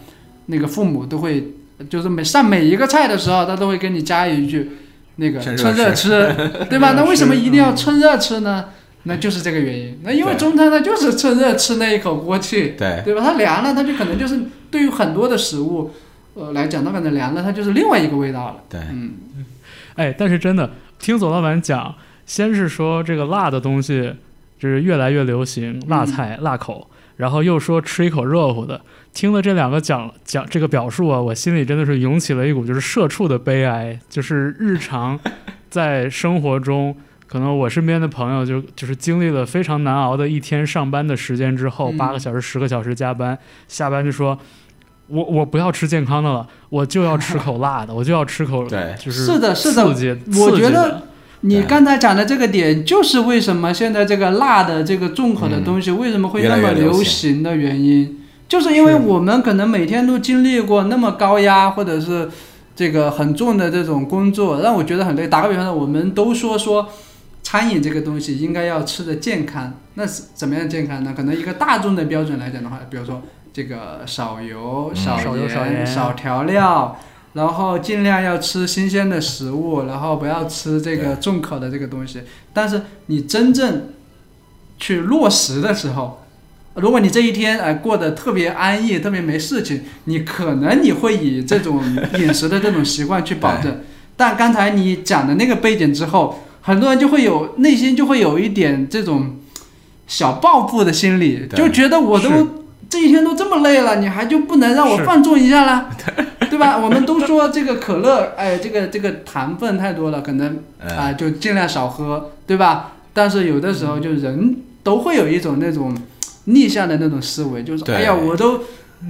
Speaker 3: 那个父母都会，就是每上每一个菜的时候，他都会给你加一句，那个
Speaker 1: 趁热
Speaker 3: 趁热吃，对吧？
Speaker 2: 趁热吃嗯
Speaker 3: 那为什么一定要趁热吃呢？那就是这个原因。那因为
Speaker 1: 对
Speaker 3: 中餐它就是趁热吃那一口锅气，
Speaker 1: 对，
Speaker 3: 对吧？它凉了，它就可能就是对于很多的食物，呃来讲，它可能凉了，它就是另外一个味道了。
Speaker 1: 对，
Speaker 3: 嗯，
Speaker 2: 哎，但是真的听左老板讲，先是说这个辣的东西就是越来越流行，辣菜、辣口，然后又说吃一口热乎的。听了这两个讲讲这个表述啊，我心里真的是涌起了一股就是社畜的悲哀，就是日常在生活中，可能我身边的朋友就就是经历了非常难熬的一天上班的时间之后，
Speaker 3: 嗯
Speaker 2: 八个小时、十个小时加班，下班就说。我我不要吃健康的了，我就要吃口辣的，我就要吃口
Speaker 1: 对
Speaker 2: 就是
Speaker 3: 是呃的是的
Speaker 2: 刺激
Speaker 3: 我
Speaker 2: 刺激
Speaker 3: 觉得
Speaker 2: 的
Speaker 3: 你
Speaker 1: 对
Speaker 3: 刚才讲的这个点，就是为什么现在这个辣的这个重口的东
Speaker 1: 嗯
Speaker 3: 西为什么会那
Speaker 1: 越
Speaker 3: 么
Speaker 1: 来越流行
Speaker 3: 流行的原因，就是因为我们可能每天都经历过那么高压或者是这个很重的这种工作，让我觉得很累。打个比方说，我们都说说餐饮这个东西应该要吃的健康，那是怎么样健康呢？可能一个大众的标准来讲的话，比如说这个少油、
Speaker 1: 嗯
Speaker 3: 少
Speaker 2: 少油少
Speaker 3: 盐、
Speaker 2: 盐
Speaker 3: 少调料。然后尽量要吃新鲜的食物，然后不要吃这个重口的这个东西。但是你真正去落实的时候，如果你这一天哎、过得特别安逸，特别没事情，你可能你会以这种饮食的这种习惯去保证。但刚才你讲的那个背景之后，很多人就会有内心就会有一点这种小报复的心理，
Speaker 1: 对
Speaker 3: 就觉得我
Speaker 2: 是
Speaker 3: 都这一天都这么累了，你还就不能让我
Speaker 2: 是
Speaker 3: 放纵一下 啦？对吧？我们都说这个可乐，哎，这个这个糖分太多了，可能啊、
Speaker 1: 嗯，
Speaker 3: 就尽量少喝，对吧？但是有的时候就人都会有一种那种逆向的那种思维，就是
Speaker 1: 对
Speaker 3: 哎呀，我都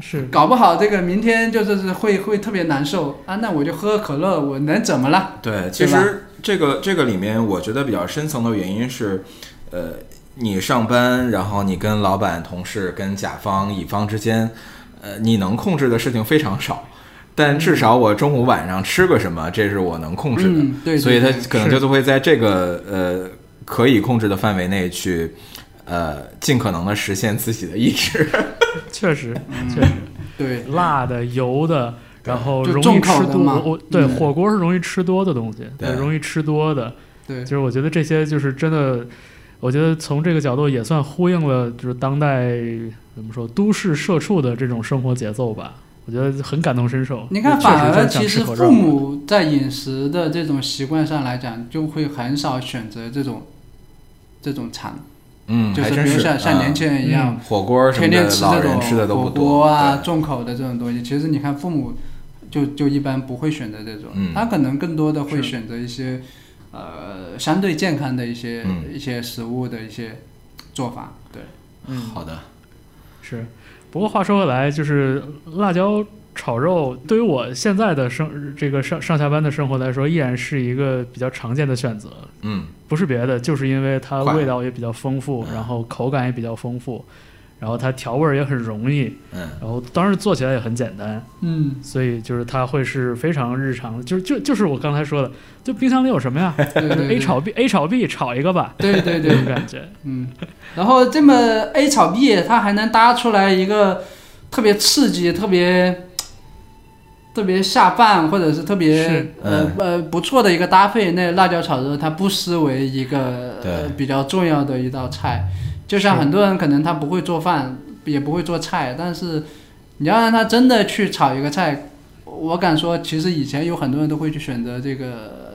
Speaker 2: 是
Speaker 3: 搞不好这个明天就是是会会特别难受啊，那我就喝可乐，我能怎么了？
Speaker 1: 对，其
Speaker 3: 吧
Speaker 1: 实这个这个里面，我觉得比较深层的原因是，呃，你上班，然后你跟老板、同事、跟甲方、乙方之间，呃，你能控制的事情非常少。但至少我中午晚上吃个什么，这是我能控制的。
Speaker 3: 嗯，对，
Speaker 1: 所以
Speaker 3: 对
Speaker 1: 他
Speaker 3: 对
Speaker 1: 可能
Speaker 2: 是
Speaker 1: 就会在这个呃可以控制的范围内去，呃，尽可能的实现自己的意 志。
Speaker 2: 确实
Speaker 3: 嗯
Speaker 2: 确实
Speaker 3: 对
Speaker 2: 辣的、油的，然后
Speaker 3: 就
Speaker 2: 容易
Speaker 3: 重口
Speaker 2: 吃
Speaker 3: 的
Speaker 2: 多。
Speaker 3: 嘛
Speaker 2: 我我对
Speaker 3: 嗯
Speaker 2: 火锅是容易吃多的东西，
Speaker 1: 对
Speaker 2: 容易吃多的。
Speaker 3: 对
Speaker 2: 就，是我觉得这些就是真的，我觉得从这个角度也算呼应了，就是当代怎么说都市社畜的这种生活节奏吧。我觉得很感同身受。
Speaker 3: 你看，
Speaker 2: 确实
Speaker 3: 反而
Speaker 2: 就想
Speaker 3: 其
Speaker 2: 吃
Speaker 3: 实
Speaker 2: 口罩
Speaker 3: 父母在饮食的这种习惯上来讲，就会很少选择这种这种餐，
Speaker 1: 嗯，
Speaker 3: 就
Speaker 1: 还
Speaker 3: 是
Speaker 1: 真
Speaker 3: 比如
Speaker 1: 是嗯
Speaker 3: 像像年轻人一样，
Speaker 1: 火锅什么
Speaker 3: 天
Speaker 1: 的
Speaker 3: 天，吃
Speaker 1: 老
Speaker 3: 这
Speaker 1: 人吃的都
Speaker 3: 种
Speaker 1: 不
Speaker 3: 火
Speaker 1: 多
Speaker 3: 锅啊、
Speaker 1: 对
Speaker 3: 重口的这种东西。其实你看，父母就就一般不会选择这种
Speaker 1: 嗯，
Speaker 3: 他可能更多的会
Speaker 2: 是
Speaker 3: 选择一些呃相对健康的一些
Speaker 1: 嗯
Speaker 3: 一些食物的一些做法。对，
Speaker 2: 嗯，
Speaker 1: 好的，
Speaker 2: 是。不过话说回来，就是辣椒炒肉对于我现在的生这个上上下班的生活来说，依然是一个比较常见的选择。
Speaker 1: 嗯
Speaker 2: 不是别的，就是因为它
Speaker 1: 快
Speaker 2: 味道也比较丰富，
Speaker 1: 嗯
Speaker 2: 然后口感也比较丰富，然后它调味儿也很容易，
Speaker 1: 嗯，
Speaker 2: 然后当然做起来也很简单，
Speaker 3: 嗯，
Speaker 2: 所以就是它会是非常日常的，就是就就是我刚才说的，就冰箱里有什么呀
Speaker 3: 对对对
Speaker 2: ？A 炒 B，A 炒 B 炒一个吧，
Speaker 3: 对
Speaker 2: 这
Speaker 3: 对对
Speaker 2: 种，感觉。
Speaker 3: 嗯，然后这么 A 炒 B，它还能搭出来一个特别刺激、特别特别下饭，或者是特别
Speaker 2: 是
Speaker 3: 呃
Speaker 1: 嗯
Speaker 3: 呃不错的一个搭配。那辣椒炒肉它不失为一个、呃
Speaker 1: 对、
Speaker 3: 比较重要的一道菜，就像
Speaker 2: 是
Speaker 3: 很多人可能他不会做饭，也不会做菜，但是你要让他真的去炒一个菜，我敢说，其实以前有很多人都会去选择这个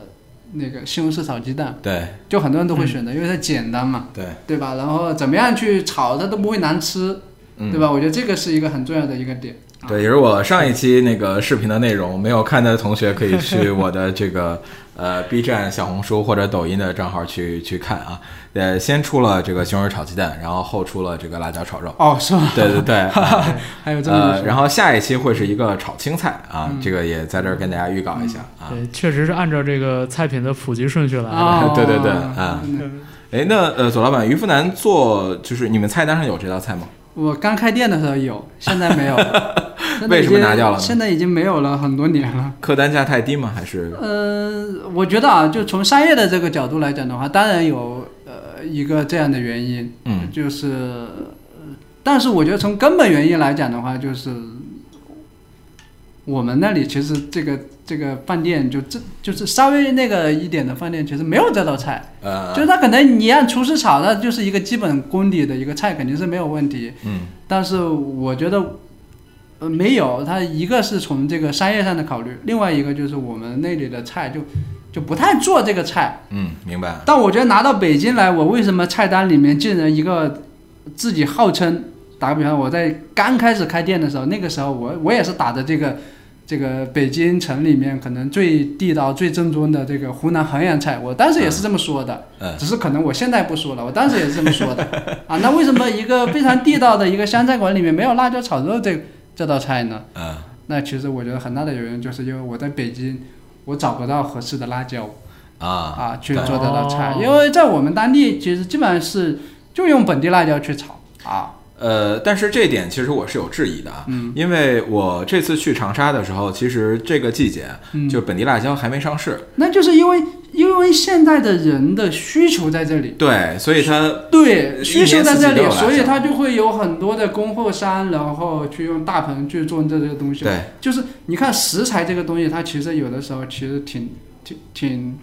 Speaker 3: 那个西红柿炒鸡蛋，
Speaker 1: 对
Speaker 3: 就很多人
Speaker 1: 嗯
Speaker 3: 都会选择，因为它简单嘛。
Speaker 1: 对，
Speaker 3: 对吧？然后怎么样去炒它都不会难吃，
Speaker 1: 嗯
Speaker 3: 对吧？我觉得这个是一个很重要的一个点。
Speaker 1: 对，也是我上一期那个视频的内容，没有看的同学可以去我的这 个呃 B 站、小红书或者抖音的账号去去看啊。呃，先出了这个西红柿炒鸡蛋，然后后出了这个辣椒炒肉。
Speaker 3: 哦，是吗？
Speaker 1: 对对 对，啊
Speaker 3: 还有这么
Speaker 1: 呃，
Speaker 3: 一说。
Speaker 1: 然后下一期会是一个炒青菜啊，这个也在这儿跟大家预告一下啊。
Speaker 2: 对，确实是按照这个菜品的普及顺序来的。
Speaker 3: 哦
Speaker 1: 对对对啊
Speaker 3: 嗯
Speaker 1: 哎，那呃，左老板，于富南做就是你们菜单上有这道菜吗？
Speaker 3: 我刚开店的时候有，现在没有了。现在
Speaker 1: 为
Speaker 3: 已经
Speaker 1: 什么拿掉了呢
Speaker 3: 现在已经没有了很多年了。
Speaker 1: 客单价太低吗？还是
Speaker 3: 呃，我觉得啊，就从商业的这个角度来讲的话，当然有呃一个这样的原因，
Speaker 1: 嗯
Speaker 3: 就是，呃但是我觉得从根本原因来讲的话，就是我们那里其实这个这个饭店就这就是稍微那个一点的饭店，其实没有这道菜，
Speaker 1: 呃
Speaker 3: 就是它可能你让厨师炒，那就是一个基本功底的一个菜，肯定是没有问题。
Speaker 1: 嗯
Speaker 3: 但是我觉得，呃，没有，它一个是从这个商业上的考虑，另外一个就是我们那里的菜就就不太做这个菜。
Speaker 1: 嗯，明白。
Speaker 3: 但我觉得拿到北京来，我为什么菜单里面竟然一个自己号称，打个比方，我在刚开始开店的时候，那个时候我我也是打着这个。这个北京城里面可能最地道、最正宗的这个湖南衡阳菜，我当时也是这么说的。
Speaker 1: 嗯
Speaker 3: 只是可能我现在不说了，我当时也是这么说的啊。那为什么一个非常地道的一个湘菜馆里面没有辣椒炒肉这这道菜呢？
Speaker 1: 嗯
Speaker 3: 那其实我觉得很大的原因就是因为我在北京，我找不到合适的辣椒
Speaker 1: 啊
Speaker 3: 啊去
Speaker 1: 对
Speaker 3: 做这道菜，
Speaker 2: 哦
Speaker 3: 因为在我们当地其实基本上是就用本地辣椒去炒啊。
Speaker 1: 呃，但是这一点其实我是有质疑的啊，
Speaker 3: 嗯
Speaker 1: 因为我这次去长沙的时候，其实这个季节
Speaker 3: 嗯，
Speaker 1: 就本地辣椒还没上市，
Speaker 3: 那就是因为因为现在的人的需求在这里。
Speaker 1: 对，所以它
Speaker 3: 对，
Speaker 1: 呃一
Speaker 3: 需求
Speaker 1: 年
Speaker 3: 在
Speaker 1: 四季
Speaker 3: 这
Speaker 1: 都
Speaker 3: 里，
Speaker 1: 有辣
Speaker 3: 所以
Speaker 1: 椒
Speaker 3: 它就会有很多的供货商，然后去用大棚去种这些东西。
Speaker 1: 对，
Speaker 3: 就是你看食材这个东西，它其实有的时候其实挺挺挺，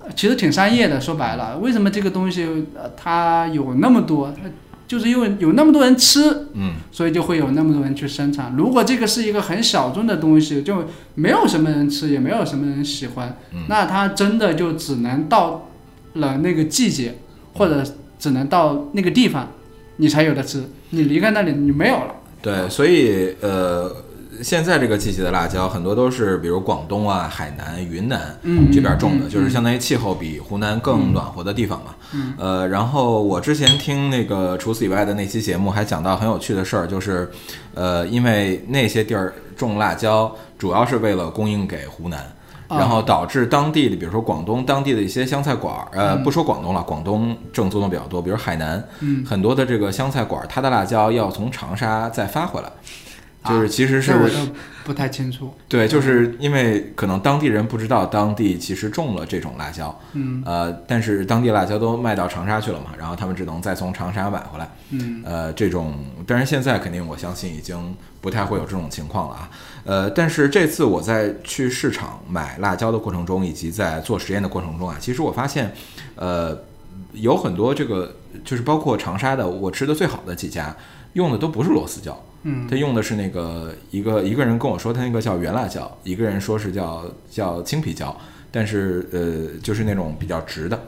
Speaker 3: 呃其实挺商业的。说白了，为什么这个东西呃它有那么多？它就是因为有那么多人吃，
Speaker 1: 嗯，
Speaker 3: 所以就会有那么多人去生产。如果这个是一个很小众的东西，就没有什么人吃，也没有什么人喜欢，
Speaker 1: 嗯
Speaker 3: 那它真的就只能到了那个季节，或者只能到那个地方，你才有的吃。你离开那里，你没有了。
Speaker 1: 对，所以呃，现在这个季节的辣椒很多都是比如广东啊、海南、云南，
Speaker 3: 嗯，
Speaker 1: 这边种的，
Speaker 3: 嗯
Speaker 1: 就是相当于气候比湖南更暖和的地方嘛。
Speaker 3: 嗯
Speaker 1: 呃，然后我之前听那个除此以外的那期节目，还讲到很有趣的事儿，就是，呃，因为那些地儿种辣椒主要是为了供应给湖南。
Speaker 3: 啊
Speaker 1: 然后导致当地的，比如说广东当地的一些湘菜馆儿，呃，
Speaker 3: 嗯
Speaker 1: 不说广东了，广东正宗的比较多，比如海南，
Speaker 3: 嗯，
Speaker 1: 很多的这个湘菜馆儿，它的辣椒要从长沙再发回来，就是其实是、
Speaker 3: 啊这我都不太清楚。
Speaker 1: 对，就是因为可能当地人不知道，当地其实种了这种辣椒，
Speaker 3: 嗯
Speaker 1: 呃，但是当地辣椒都卖到长沙去了嘛，然后他们只能再从长沙买回来。
Speaker 3: 嗯
Speaker 1: 呃，这种，但是现在肯定我相信已经不太会有这种情况了啊。呃，但是这次我在去市场买辣椒的过程中，以及在做实验的过程中啊，其实我发现，呃，有很多这个就是包括长沙的，我吃的最好的几家用的都不是螺丝椒，
Speaker 3: 嗯
Speaker 1: 他用的是那个一个一个人跟我说他那个叫圆辣椒，一个人说是叫叫青皮椒，但是呃就是那种比较直的，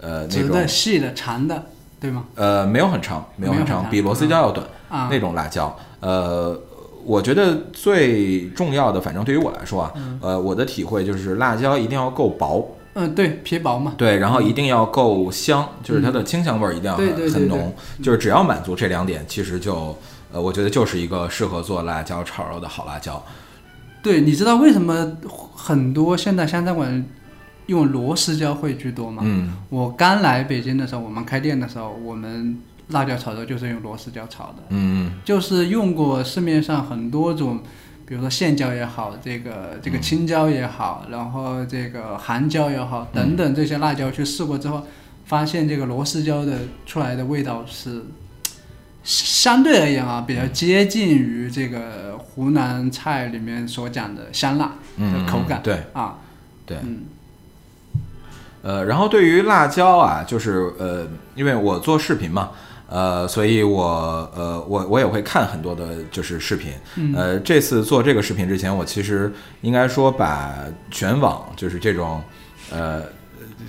Speaker 1: 呃那
Speaker 3: 直
Speaker 1: 种
Speaker 3: 的、细的、长的，对吗？
Speaker 1: 呃没有很长，没有
Speaker 3: 没有
Speaker 1: 很
Speaker 3: 很
Speaker 1: 长，
Speaker 3: 长
Speaker 1: 比螺丝椒要短。
Speaker 3: 啊，
Speaker 1: 那种辣椒。呃，我觉得最重要的，反正对于我来说啊，呃，我的体会就是辣椒一定要够薄，
Speaker 3: 嗯、对，皮薄嘛，
Speaker 1: 对，然后一定要够香，就是它的清香味儿一定要很、
Speaker 3: 嗯对对对嗯
Speaker 1: 很浓，就是只要满足这两点，其实就。呃，我觉得就是一个适合做辣椒炒肉的好辣椒。
Speaker 3: 对，你知道为什么很多现在湘菜馆用螺丝椒会居多吗？
Speaker 1: 嗯，
Speaker 3: 我刚来北京的时候，我们开店的时候，我们辣椒炒肉就是用螺丝椒炒的，
Speaker 1: 嗯，
Speaker 3: 就是用过市面上很多种，比如说线椒也好，这个这个
Speaker 1: 嗯
Speaker 3: 青椒也好，然后这个韩椒也好，等等这些辣椒去试过之后，发现这个螺丝椒的出来的味道是。相对而言啊，比较接近于这个湖南菜里面所讲的香辣
Speaker 1: 嗯
Speaker 3: 的口感、
Speaker 1: 对
Speaker 3: 啊，
Speaker 1: 对，
Speaker 3: 嗯
Speaker 1: 呃，然后对于辣椒啊，就是呃，因为我做视频嘛，呃，所以我呃，我我也会看很多的，就是视频。呃，这次做这个视频之前，我其实应该说把全网就是这种呃，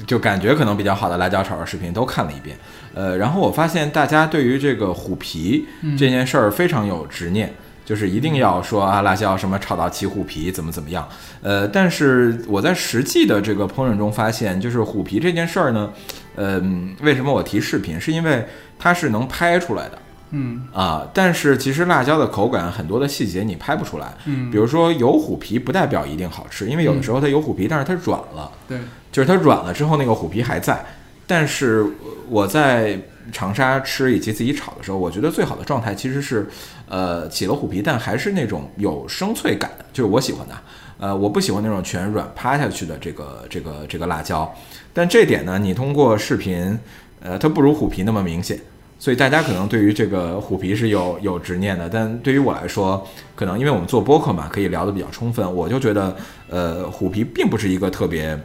Speaker 1: 就感觉可能比较好的辣椒炒的视频都看了一遍。呃，然后我发现大家对于这个虎皮这件事儿非常有执念。就是一定要说啊，辣椒什么炒到起虎皮怎么怎么样，呃，但是我在实际的这个烹饪中发现，就是虎皮这件事儿呢，嗯、为什么我提视频，是因为它是能拍出来的，
Speaker 3: 嗯
Speaker 1: 啊，但是其实辣椒的口感很多的细节你拍不出来，
Speaker 3: 嗯，
Speaker 1: 比如说有虎皮不代表一定好吃，因为有的时候它有虎皮，但是它软了，
Speaker 3: 对，
Speaker 1: 就是它软了之后那个虎皮还在，但是我在长沙吃以及自己炒的时候，我觉得最好的状态其实是，呃，起了虎皮，但还是那种有生脆感的，就是我喜欢的。呃，我不喜欢那种全软趴下去的这个这个这个辣椒，但这点呢，你通过视频，呃，它不如虎皮那么明显，所以大家可能对于这个虎皮是有有执念的，但对于我来说，可能因为我们做播客嘛，可以聊得比较充分，我就觉得，呃，虎皮并不是一个特别，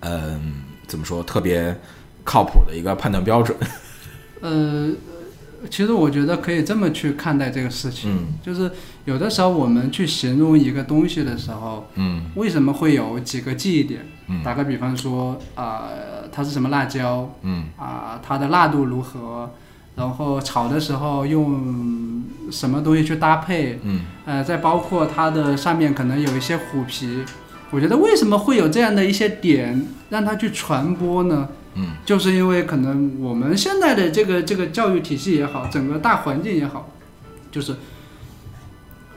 Speaker 1: 嗯、怎么说特别靠谱的一个判断标准。
Speaker 3: 呃，其实我觉得可以这么去看待这个事情，
Speaker 1: 嗯
Speaker 3: 就是有的时候我们去形容一个东西的时候，
Speaker 1: 嗯
Speaker 3: 为什么会有几个记忆点？
Speaker 1: 嗯
Speaker 3: 打个比方说，啊、它是什么辣椒
Speaker 1: 嗯
Speaker 3: 啊、它的辣度如何，然后炒的时候用什么东西去搭配，
Speaker 1: 嗯
Speaker 3: 呃，再包括它的上面可能有一些虎皮。我觉得为什么会有这样的一些点让它去传播呢？
Speaker 1: 嗯
Speaker 3: 就是因为可能我们现在的这个这个教育体系也好，整个大环境也好，就是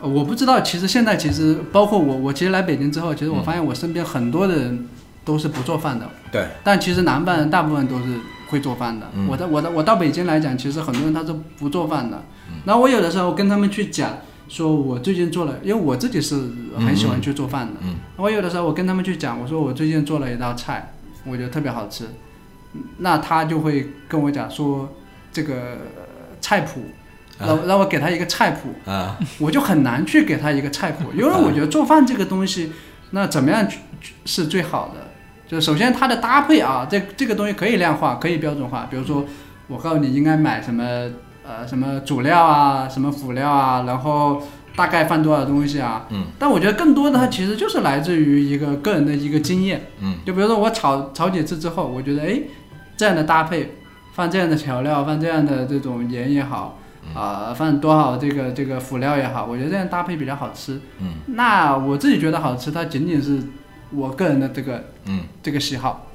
Speaker 3: 呃我不知道，其实现在其实包括我，我其实来北京之后，其实我
Speaker 1: 嗯
Speaker 3: 发现我身边很多的人都是不做饭的，
Speaker 1: 对，
Speaker 3: 但其实南方人大部分都是会做饭的。
Speaker 1: 嗯
Speaker 3: 我到我到我到北京来讲，其实很多人他是不做饭的。
Speaker 1: 嗯
Speaker 3: 然后我有的时候跟他们去讲，说我最近做了，因为我自己是很喜欢去做饭的。
Speaker 1: 嗯嗯
Speaker 3: 我有的时候我跟他们去讲，我说我最近做了一道菜，我觉得特别好吃。那他就会跟我讲说这个呃菜谱，
Speaker 1: 啊
Speaker 3: 让我让我给他一个菜谱。
Speaker 1: 啊
Speaker 3: 我就很难去给他一个菜谱，因为我觉得做饭这个东西，那怎么样去去是最好的？就是首先它的搭配啊，这这个东西可以量化，可以标准化。比如说，我告诉你应该买什么呃什么主料啊，什么辅料啊，然后大概放多少东西啊。
Speaker 1: 嗯。
Speaker 3: 但我觉得更多的它其实就是来自于一个个人的一个经验。
Speaker 1: 嗯
Speaker 3: 就比如说我炒炒几次之后，我觉得哎，这样的搭配，放这样的调料，放这样的这种盐也好，啊、放多少这个这个辅料也好，我觉得这样搭配比较好吃。
Speaker 1: 嗯
Speaker 3: 那我自己觉得好吃，它仅仅是我个人的这个
Speaker 1: 嗯，
Speaker 3: 这个喜好，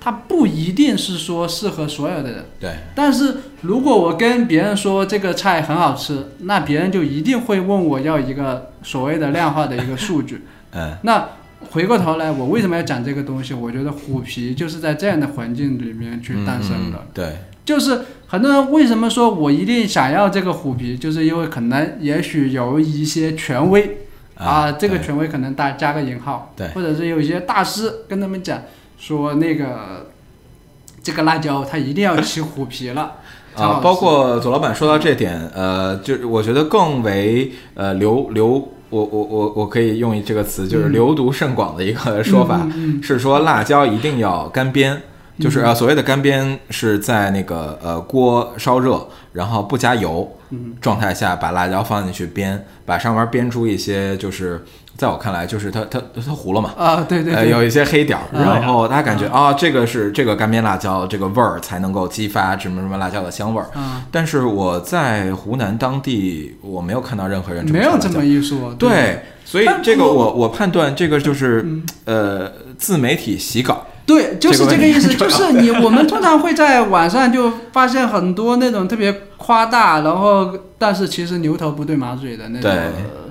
Speaker 3: 它不一定是说适合所有的人。
Speaker 1: 对，
Speaker 3: 但是如果我跟别人说这个菜很好吃，那别人就一定会问我要一个所谓的量化的一个数据。
Speaker 1: 嗯
Speaker 3: 那回过头来，我为什么要讲这个东西？我觉得虎皮就是在这样的环境里面去诞生的。
Speaker 1: 嗯嗯对，
Speaker 3: 就是很多人为什么说我一定想要这个虎皮，就是因为可能也许有一些权威
Speaker 1: 嗯
Speaker 3: 啊，这个
Speaker 1: 对
Speaker 3: 权威可能大加个引号，
Speaker 1: 对
Speaker 3: 或者是有一些大师跟他们讲说那个这个辣椒它一定要起虎皮了才 好
Speaker 1: 啊，
Speaker 3: 吃
Speaker 1: 包括左老板说到这点，呃，就是我觉得更为呃流流，我我我我可以
Speaker 3: 嗯嗯
Speaker 1: 用这个词，就是流毒甚广的一个说法，是说辣椒一定要干煸。就是呃，所谓的干煸是在那个呃锅烧热，然后不加油
Speaker 3: 嗯
Speaker 1: 状态下，把辣椒放进去煸，把上面煸出一些，就是在我看来，就是它它它糊了嘛，
Speaker 3: 啊，对对
Speaker 1: 呃，
Speaker 3: 对，
Speaker 1: 有一些黑点儿，
Speaker 2: 嗯
Speaker 1: 然后他感觉啊、这个是这个干煸辣椒这个味儿才能够激发什么什么辣椒的香味儿。
Speaker 3: 啊，
Speaker 1: 但是我在湖南当地，我没有看到任何人这么
Speaker 3: 没
Speaker 1: 炒
Speaker 3: 有
Speaker 1: 辣
Speaker 3: 这
Speaker 1: 椒
Speaker 3: 么艺术，
Speaker 1: 对，所以
Speaker 3: 但
Speaker 1: 这个
Speaker 3: 我嗯
Speaker 1: 我我判断这个就是、呃自媒体洗稿，
Speaker 3: 对，就是
Speaker 1: 这个
Speaker 3: 这个
Speaker 1: 问
Speaker 3: 意
Speaker 1: 题
Speaker 3: 思，
Speaker 1: 很重
Speaker 3: 就
Speaker 1: 要
Speaker 3: 是你我们通常会在网上就发现很多那种特别夸大，然后但是其实牛头不对马嘴的那种。
Speaker 1: 对
Speaker 3: 呃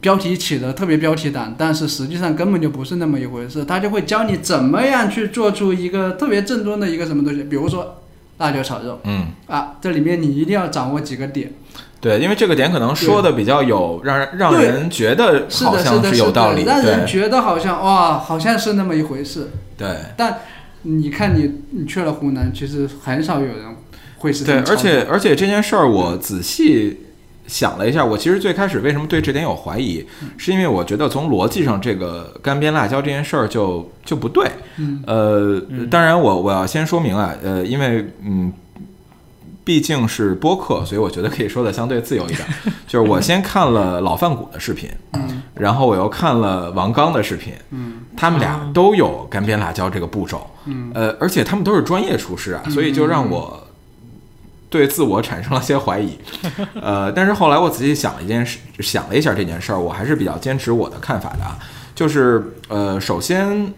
Speaker 3: 标题起的特别标题党，但是实际上根本就不是那么一回事。他就会教你怎么样去做出一个特别正宗的一个什么东西，比如说辣椒炒肉
Speaker 1: 嗯。
Speaker 3: 啊，这里面你一定要掌握几个点。
Speaker 1: 对，因为这个点可能说的比较有让人让
Speaker 3: 对
Speaker 1: 人觉得
Speaker 3: 是
Speaker 1: 好
Speaker 3: 的，是
Speaker 1: 像
Speaker 3: 的，是
Speaker 1: 有道
Speaker 3: 的，
Speaker 1: 理，
Speaker 3: 让人
Speaker 1: 对
Speaker 3: 觉得好像哇，好像是那么一回事。
Speaker 1: 对
Speaker 3: 但你看你你去了湖南，其实很少有人会是这
Speaker 1: 对，
Speaker 3: 么
Speaker 1: 而
Speaker 3: 操作
Speaker 1: 且而且这件事儿我仔细想了一下，我其实最开始为什么对这点有怀疑，
Speaker 3: 嗯
Speaker 1: 是因为我觉得从逻辑上这个干煸辣椒这件事儿就就不对，
Speaker 3: 嗯
Speaker 1: 呃，当然我我要先说明啊，呃，因为嗯。毕竟是播客，所以我觉得可以说的相对自由 一点。就是我先看了老范谷的视频，
Speaker 3: 嗯
Speaker 1: 然后我又看了王刚的视频，
Speaker 3: 嗯
Speaker 1: 他们俩都有干煸辣椒这个步骤，
Speaker 3: 嗯
Speaker 1: 呃，而且他们都是专业厨师啊，所以就让我对自我产生了些怀疑。呃，但是后来我仔细想了一件事，想了一下这件事儿，我还是比较坚持我的看法的啊，就是呃，首先。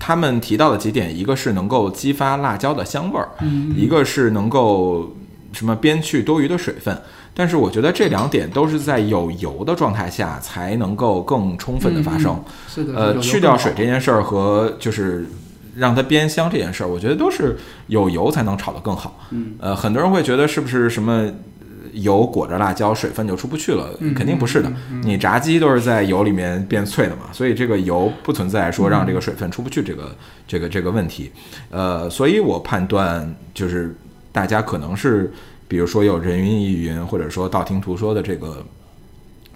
Speaker 1: 他们提到的几点，一个是能够激发辣椒的香味儿，
Speaker 3: 嗯
Speaker 1: 一个是能够什么煸去多余的水分。但是我觉得这两点都是在有油的状态下才能够更充分的发生。
Speaker 3: 是的，有
Speaker 1: 呃，
Speaker 3: 有
Speaker 1: 去掉水这件事儿和就是让它煸香这件事儿，我觉得都是有油才能炒得更好。
Speaker 3: 嗯，
Speaker 1: 呃，很多人会觉得是不是什么呃油裹着辣椒，水分就出不去了？
Speaker 3: 嗯
Speaker 1: 肯定不是的，你炸鸡都是在油里面变脆的嘛，所以这个油不存在说让这
Speaker 3: 嗯
Speaker 1: 个水分出不去这个、这个这个问题。呃，所以我判断就是大家可能是，比如说有人云亦云，或者说道听途说的这个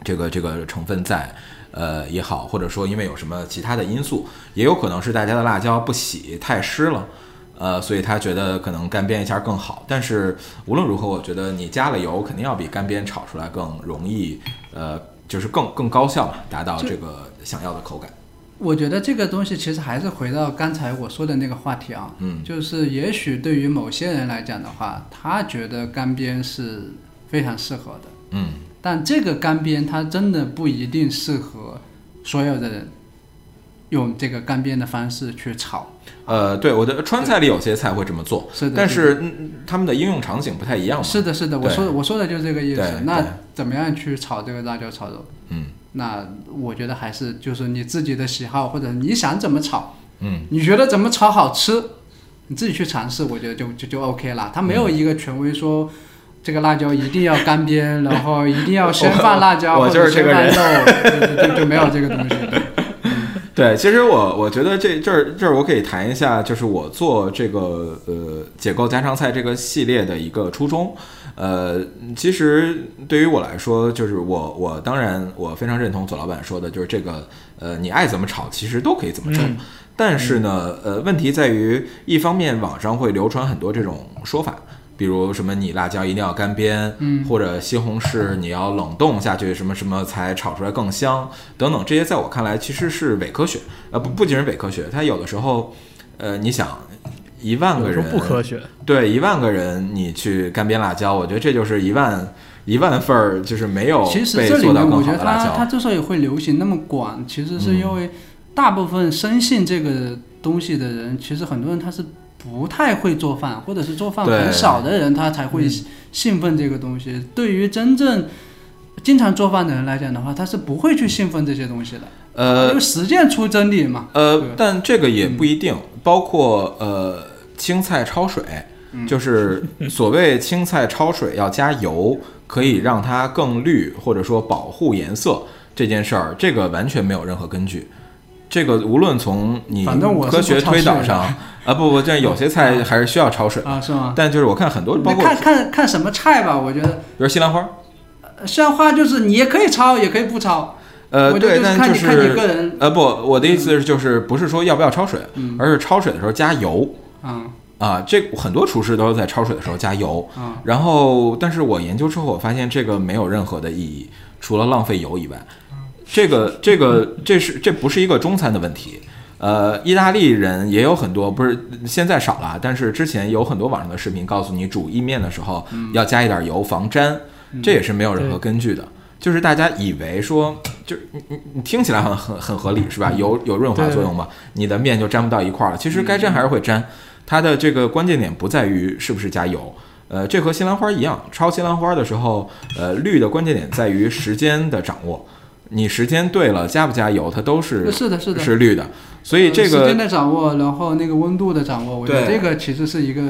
Speaker 1: 这个这个成分在。呃，也好，或者说因为有什么其他的因素，也有可能是大家的辣椒不洗太湿了，呃，所以他觉得可能干煸一下更好。但是无论如何，我觉得你加了油，肯定要比干煸炒出来更容易，呃，就是更更高效嘛，达到这个想要的口感。
Speaker 3: 我觉得这个东西其实还是回到刚才我说的那个话题啊，
Speaker 1: 嗯
Speaker 3: 就是也许对于某些人来讲的话，他觉得干煸是非常适合的，
Speaker 1: 嗯，
Speaker 3: 但这个干煸它真的不一定适合所有的人用这个干煸的方式去炒。
Speaker 1: 呃，对，我的川菜里有些菜会这么做，
Speaker 3: 是的，
Speaker 1: 但
Speaker 3: 是
Speaker 1: 是
Speaker 3: 的
Speaker 1: 嗯他们的应用场景不太一样嘛。
Speaker 3: 是的，是的，我
Speaker 1: 对
Speaker 3: 说我说的就是这个意
Speaker 1: 对
Speaker 3: 思。那
Speaker 1: 对
Speaker 3: 怎么样去炒这个辣椒炒肉？
Speaker 1: 嗯
Speaker 3: 那我觉得还是就是你自己的喜好，或者你想怎么炒，
Speaker 1: 嗯，
Speaker 3: 你觉得怎么炒好吃，你自己去尝试，我觉得就就就 OK 了。它没
Speaker 1: 嗯
Speaker 3: 有一个权威说。这个辣椒一定要干煸，然后一定要先放辣椒，
Speaker 1: 我
Speaker 3: 或
Speaker 1: 我就
Speaker 3: 者
Speaker 1: 是这
Speaker 3: 先
Speaker 1: 个
Speaker 3: 放
Speaker 1: 人
Speaker 3: 肉，就就就就没有这个东西。
Speaker 1: 对，其实我我觉得这这儿这儿我可以谈一下，就是我做这个呃解构家常菜这个系列的一个初衷。呃，其实对于我来说，就是我我当然我非常认同左老板说的，就是这个呃你爱怎么炒，其实都可以怎么炒。
Speaker 2: 嗯
Speaker 1: 但是呢，呃，问题在于，一方面网上会流传很多这种说法，比如什么你辣椒一定要干煸，
Speaker 3: 嗯
Speaker 1: 或者西红柿你要冷冻下去，什么什么才炒出来更香，等等，这些在我看来其实是伪科学，呃，不不仅是伪科学，它有的时候，呃，你想一万个
Speaker 2: 有时
Speaker 1: 人
Speaker 2: 候不科学，
Speaker 1: 对一万个人你去干煸辣椒，我觉得这就是一万一万份儿就是没有
Speaker 3: 其
Speaker 1: 哦
Speaker 3: 实
Speaker 1: 被
Speaker 3: 这里
Speaker 1: 做到
Speaker 3: 面我
Speaker 1: 更好
Speaker 3: 觉得
Speaker 1: 的辣
Speaker 3: 它它
Speaker 1: 椒，嗯
Speaker 3: 之所以会流行那么广，其实是因为大部分深信这个东西的人，其实很多人他是不太会做饭，或者是做饭
Speaker 1: 对嗯
Speaker 3: 很少的人，他才会兴奋这个东西。对于真正经常做饭的人来讲的话，他是不会去兴奋这些东西的，
Speaker 1: 呃
Speaker 3: 因，为实践出真理嘛。
Speaker 1: 呃
Speaker 3: 对，嗯
Speaker 1: 但这个也不一定，包括呃青菜焯水，
Speaker 3: 嗯
Speaker 1: 就是所谓青菜焯水要加油，可以让它更绿，
Speaker 3: 嗯
Speaker 1: 或者说保护颜色这件事儿，这个完全没有任何根据。这个无论从你
Speaker 3: 反正我是
Speaker 1: 科学
Speaker 3: 不焯
Speaker 1: 推
Speaker 3: 水
Speaker 1: 导
Speaker 3: 的
Speaker 1: 上，啊不不，这有些菜还是需要焯水，
Speaker 3: 啊，是吗？
Speaker 1: 但就是我看很多，包
Speaker 3: 那
Speaker 1: 括
Speaker 3: 看看看什么菜吧，我觉得
Speaker 1: 比如西兰花，
Speaker 3: 呃像花就是你也可以焯，也可以不焯。
Speaker 1: 呃
Speaker 3: 我
Speaker 1: 对，
Speaker 3: 觉得就是
Speaker 1: 但
Speaker 3: 看
Speaker 1: 就
Speaker 3: 你看你
Speaker 1: 是
Speaker 3: 个人。
Speaker 1: 呃，不，我的意思是，就是不是说要不要焯水，
Speaker 3: 嗯
Speaker 1: 而是焯水的时候加油，
Speaker 3: 嗯
Speaker 1: 啊，这很多厨师都是在焯水的时候加油，
Speaker 3: 嗯
Speaker 1: 然后但是我研究之后，我发现这个没有任何的意义，除了浪费油以外，这个这个这是这不是一个中餐的问题。呃，意大利人也有很多，不是现在少了，但是之前有很多网上的视频告诉你煮意面的时候要加一点油防粘，这也是没有任何根据的。就是大家以为说，就是你你你听起来很很很合理是吧？有有润滑作用嘛？你的面就粘不到一块儿了。其实该粘还是会粘，它的这个关键点不在于是不是加油。呃，这和西兰花一样，焯西兰花的时候，呃，绿的关键点在于时间的掌握。你时间对了，加不加油，它都是
Speaker 3: 呃是的，是的，
Speaker 1: 是绿的。所以这
Speaker 3: 呃时间
Speaker 1: 个
Speaker 3: 的掌握，然后那个温度的掌握，我觉得
Speaker 1: 对
Speaker 3: 这个其实是一个，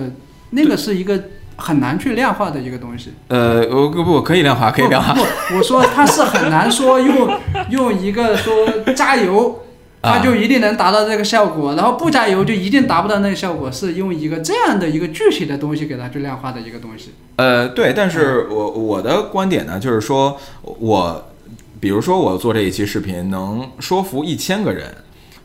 Speaker 3: 那个是一个很难去量化的一个东西。
Speaker 1: 呃，我不不可以量化，可以量化。
Speaker 3: 不，不我说它是很难说用用一个说加油，
Speaker 1: 啊
Speaker 3: 它就一定能达到这个效果，然后不加油就一定达不到那个效果，是用一个这样的一个具体的东西给它去量化的一个东西。
Speaker 1: 呃，对，但是我我的观点呢，就是说我，比如说我做这一期视频能说服一千个人，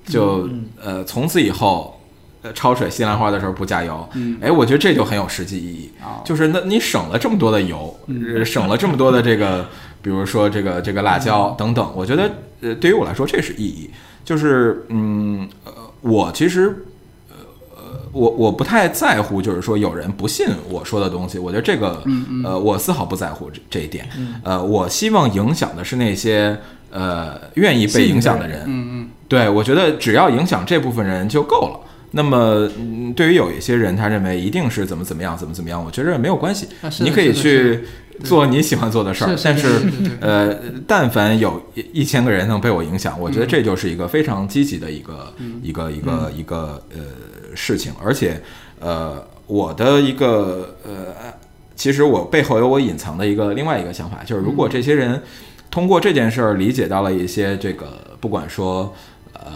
Speaker 1: 就呃从此以后，呃焯水西兰花的时候不加油，
Speaker 3: 嗯，
Speaker 1: 哎，我觉得这就很有实际意义。
Speaker 3: 啊、
Speaker 1: 就是那你省了这么多的油，呃省了这么多的这个，比如说这个这个辣椒等等，我觉得呃对于我来说这是意义。就是嗯呃，我其实呃呃我我不太在乎，就是说有人不信我说的东西，我觉得这个呃我丝毫不在乎这这一点。呃，我希望影响的是那些呃愿意被影响的人。
Speaker 3: 嗯
Speaker 1: 对，我觉得只要影响这部分人就够了。那么，嗯，对于有一些人，他认为一定是怎么怎么样，怎么怎么样，我觉着没有关系，
Speaker 3: 啊是的
Speaker 1: 你可以
Speaker 3: 是
Speaker 1: 去做你喜欢做的
Speaker 3: 嗯，
Speaker 1: 事儿。但
Speaker 3: 是
Speaker 1: 是，
Speaker 3: 对对
Speaker 1: 呃，但凡有一一千个人能被我影响，我觉得
Speaker 3: 嗯
Speaker 1: 这就是一个非常积极的一个、一个一个、一个呃事情，而且呃，我的一个呃，其实我背后有我隐藏的一个另外一个想法，就是如
Speaker 2: 嗯
Speaker 1: 果这些人通过这件事儿理解到了一些这个，不管说呃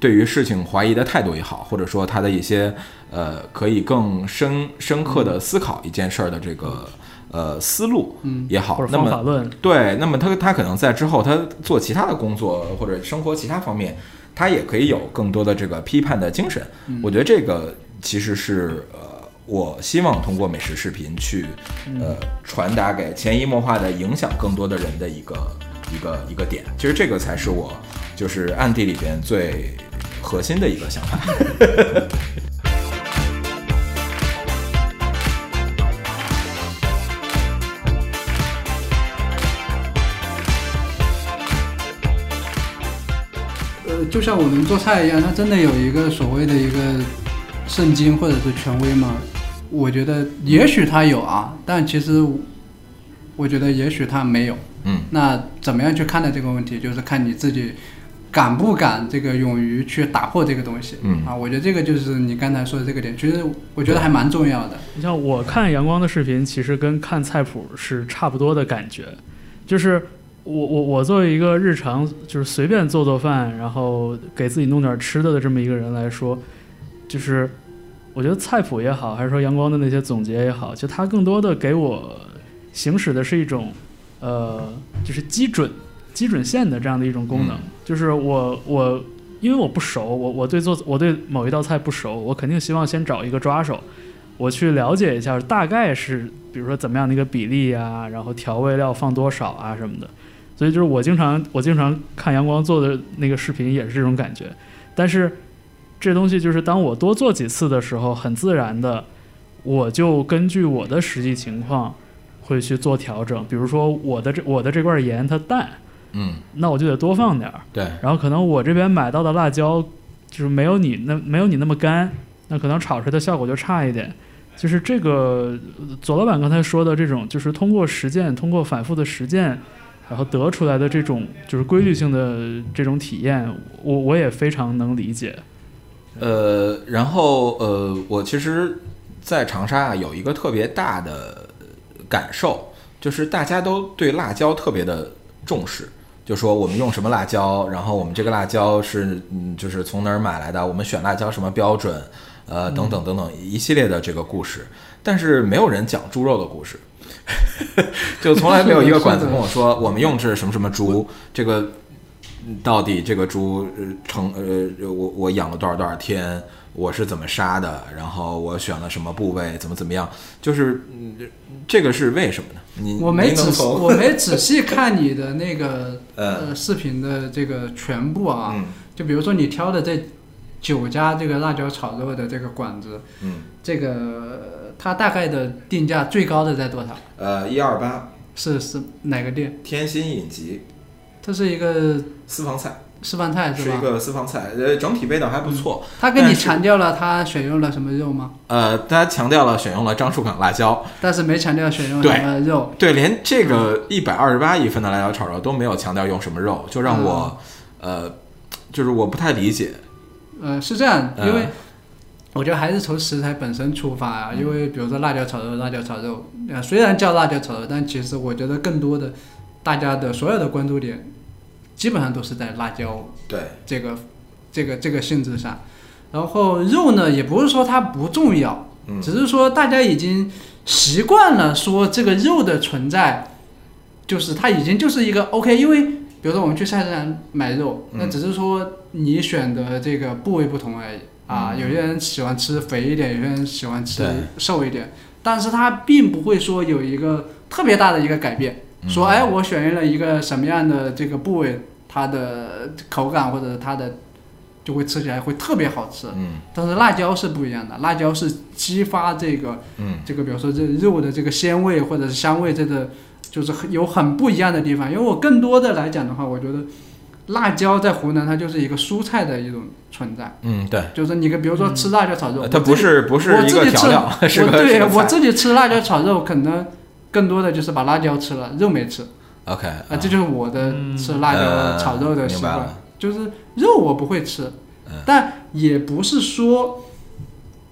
Speaker 1: 对于事情怀疑的态度也好，或者说他的一些呃可以更深深刻的思考一件事儿的这个呃思路
Speaker 3: 嗯
Speaker 1: 也好
Speaker 2: 嗯或，者
Speaker 1: 那
Speaker 2: 方
Speaker 1: 么
Speaker 2: 法论，
Speaker 1: 对，那么他他可能在之后他做其他的工作或者生活其他方面，他也可以有更多的这个批判的精神。我觉得这个其实是呃，我希望通过美食视频去呃传达给潜移默化的影响更多的人的一个一个一个点。其实这个才是我就是暗地里边最核心的一个想法。
Speaker 3: 呃，就像我们做菜一样，它真的有一个所谓的一个圣经或者是权威吗？我觉得也许它有啊，但其实我觉得也许它没有。
Speaker 1: 嗯，
Speaker 3: 那怎么样去看待这个问题，就是看你自己敢不敢这个勇于去打破这个东西。
Speaker 1: 嗯
Speaker 3: 啊，我觉得这个就是你刚才说的这个点，其实我觉得还蛮重要的。
Speaker 2: 你像我看阳光的视频，其实跟看菜谱是差不多的感觉，就是我我我作为一个日常就是随便做做饭，然后给自己弄点吃的的这么一个人来说，就是我觉得菜谱也好，还是说阳光的那些总结也好，就它更多的给我行使的是一种呃，就是基准基准线的这样的一种功能，
Speaker 1: 嗯
Speaker 2: 就是我我。因为我不熟，我我对做我对某一道菜不熟，我肯定希望先找一个抓手，我去了解一下，大概是比如说怎么样的一个比例啊，然后调味料放多少啊什么的。所以就是我经常我经常看阳光做的那个视频也是这种感觉，但是这东西就是当我多做几次的时候，很自然的我就根据我的实际情况会去做调整。比如说我的这我的这块盐它淡，
Speaker 1: 嗯，
Speaker 2: 那我就得多放点儿。
Speaker 1: 对，
Speaker 2: 然后可能我这边买到的辣椒就是没有你那没有你那么干，那可能炒出来的效果就差一点。就是这个呃左老板刚才说的这种，就是通过实践，通过反复的实践，然后得出来的这种就是规律性的这种体验，我我也非常能理解。
Speaker 1: 呃，然后呃，我其实，在长沙啊有一个特别大的感受，就是大家都对辣椒特别的重视，就说我们用什么辣椒，然后我们这个辣椒是嗯，就是从哪儿买来的，我们选辣椒什么标准，呃，等等等等一系列的这个故事，但是没有人讲猪肉的故事。 就从来没有一个馆子跟我说，我们用的是什么什么猪，这个嗯到底这个猪呃成呃我我养了多少多少天，我是怎么杀的，然后我选了什么部位，怎么怎么样，就是嗯，这个是为什么呢？你
Speaker 3: 我没
Speaker 1: 您能
Speaker 3: 仔细，
Speaker 1: 从
Speaker 3: 我没仔细看你的那个
Speaker 1: 呃
Speaker 3: 呃视频的这个全部啊，
Speaker 1: 嗯
Speaker 3: 就比如说你挑的这九家这个辣椒炒肉的这个馆子，
Speaker 1: 嗯
Speaker 3: 这个呃它大概的定价最高的在多少？
Speaker 1: 呃一二八
Speaker 3: 是是哪个店？
Speaker 1: 天心饮集
Speaker 3: 它是一个
Speaker 1: 私房菜
Speaker 3: 私房菜
Speaker 1: 是
Speaker 3: 哎吧？
Speaker 1: 一个私房菜，呃整体味道还不错，
Speaker 3: 他跟你
Speaker 1: 但是
Speaker 3: 强调了他选用了什么肉吗？
Speaker 1: 呃，他强调了选用了樟树港辣椒，
Speaker 3: 但是没强调选用
Speaker 1: 对
Speaker 3: 什么肉。
Speaker 1: 对，连这
Speaker 3: 嗯
Speaker 1: 个一百二十八一份的辣椒炒肉都没有强调用什么肉，就让我，
Speaker 3: 嗯
Speaker 1: 呃，就是我不太理解，
Speaker 3: 呃，是这样，因为
Speaker 1: 嗯
Speaker 3: 我觉得还是从食材本身出发啊。因
Speaker 1: 嗯
Speaker 3: 为比如说辣椒炒肉，辣椒炒肉，呃，虽然叫辣椒炒肉，但其实我觉得更多的大家的所有的关注点，基本上都是在辣椒
Speaker 1: 对，
Speaker 3: 这个这个这个性质上。然后肉呢，也不是说它不重要，
Speaker 1: 嗯
Speaker 3: 只是说大家已经习惯了说这个肉的存在，就是它已经就是一个 OK。因为比如说我们去菜市场买肉，
Speaker 1: 嗯
Speaker 3: 那只是说你选的这个部位不同而已啊。
Speaker 1: 嗯
Speaker 3: 有些人喜欢吃肥一点，有些人喜欢吃
Speaker 1: 对
Speaker 3: 瘦一点，但是它并不会说有一个特别大的一个改变，
Speaker 1: 嗯
Speaker 3: 说哎，我选用了一个什么样的这个部位，它的口感或者它的就会吃起来会特别好吃。
Speaker 1: 嗯
Speaker 3: 但是辣椒是不一样的，辣椒是激发这个
Speaker 1: 嗯
Speaker 3: 这个，比如说这肉的这个鲜味或者是香味，这个就是很有很不一样的地方。因为我更多的来讲的话，我觉得辣椒在湖南它就是一个蔬菜的一种存在，
Speaker 1: 嗯，对，
Speaker 3: 就是你跟比如说吃辣椒炒
Speaker 1: 呃
Speaker 3: 肉，我
Speaker 1: 它
Speaker 3: 自己
Speaker 1: 不是不是一个调料，
Speaker 3: 我自
Speaker 1: 是
Speaker 3: 己吃，我
Speaker 1: 个是
Speaker 3: 对
Speaker 1: 个
Speaker 3: 我
Speaker 1: 菜
Speaker 3: 自己吃辣椒炒肉，可能更多的就是把辣椒吃了，肉没吃啊、
Speaker 1: OK 啊
Speaker 3: 这就是我的
Speaker 2: 嗯
Speaker 3: 吃辣椒炒肉的习
Speaker 1: 呃明白
Speaker 3: 惯
Speaker 1: 了，
Speaker 3: 就是肉我不会吃，
Speaker 1: 嗯
Speaker 3: 但也不是说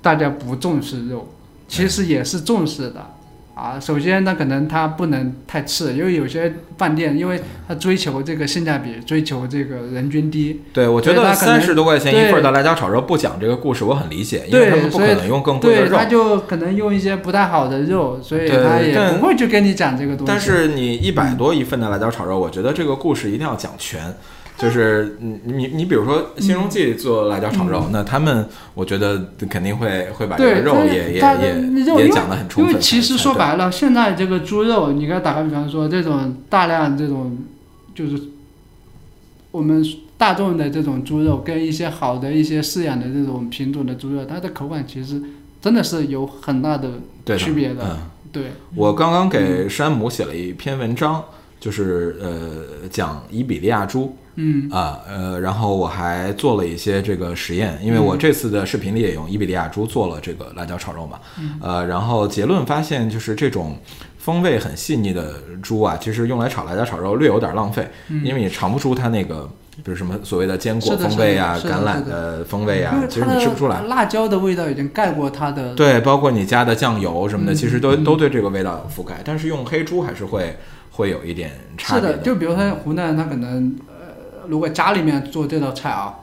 Speaker 3: 大家不重视肉，
Speaker 1: 嗯
Speaker 3: 其实也是重视的。啊，首先呢，可能它不能太次，因为有些饭店，因为它追求这个性价比，追求这个人均低，
Speaker 1: 对，我觉
Speaker 3: 对
Speaker 1: 得
Speaker 3: 它可能
Speaker 1: 三十多块钱
Speaker 3: 对
Speaker 1: 一份的辣椒炒肉不讲这个故事，我很理解，因为
Speaker 3: 对
Speaker 1: 他们不
Speaker 3: 所以
Speaker 1: 可能用更贵的
Speaker 3: 对，
Speaker 1: 肉
Speaker 3: 他。就可能用一些不太好的肉，所以
Speaker 1: 对
Speaker 3: 他
Speaker 1: 但
Speaker 3: 也不会去跟你讲这个东西。
Speaker 1: 但是你一百多一份的辣椒炒肉，我觉得这个故事一定要讲全。就是你你你比如说新荣
Speaker 3: 嗯
Speaker 1: 记做辣椒炒肉，那他们我觉得肯定会会把这个
Speaker 3: 对
Speaker 1: 肉
Speaker 3: 它
Speaker 1: 也也
Speaker 3: 它肉
Speaker 1: 也也
Speaker 3: 因为
Speaker 1: 讲得很充
Speaker 3: 因
Speaker 1: 分
Speaker 3: 为
Speaker 1: 才。
Speaker 3: 其实
Speaker 1: 才
Speaker 3: 说
Speaker 1: 对
Speaker 3: 白了，现在这个猪肉，你给它打个比方说，这种大量这种就是我们大众的这种猪肉，跟一些好的一些饲养的这种品种的猪肉，它的口感其实真的是有很大的
Speaker 1: 对
Speaker 3: 区别的
Speaker 1: 嗯，
Speaker 3: 对。
Speaker 1: 我刚刚给山姆写了一篇文章，就是呃讲伊比利亚猪
Speaker 3: 嗯
Speaker 1: 啊，呃，然后我还做了一些这个实验，因为
Speaker 3: 嗯
Speaker 1: 我这次的视频里也用伊比利亚猪做了这个辣椒炒肉嘛，
Speaker 3: 嗯
Speaker 1: 呃，然后结论发现就是这种风味很细腻的猪啊，其实用来炒辣椒炒肉略有点浪费，因为你尝不出它那个。比如什么所谓的坚果
Speaker 3: 嗯是的
Speaker 1: 风味啊、
Speaker 3: 是的
Speaker 1: 橄
Speaker 3: 是的
Speaker 1: 榄
Speaker 3: 是
Speaker 1: 的风味啊
Speaker 3: 因为，
Speaker 1: 其实
Speaker 3: 它
Speaker 1: 你
Speaker 3: 的
Speaker 1: 吃不出来。
Speaker 3: 辣椒的味道已经盖过它的
Speaker 1: 对，包括你加的酱油什么的，
Speaker 3: 嗯
Speaker 1: 其实都都对这个味道覆盖，但是用黑猪还是会会有一点差
Speaker 3: 是
Speaker 1: 别
Speaker 3: 的，就比如说湖南，他可能呃，如果家里面做这道菜啊，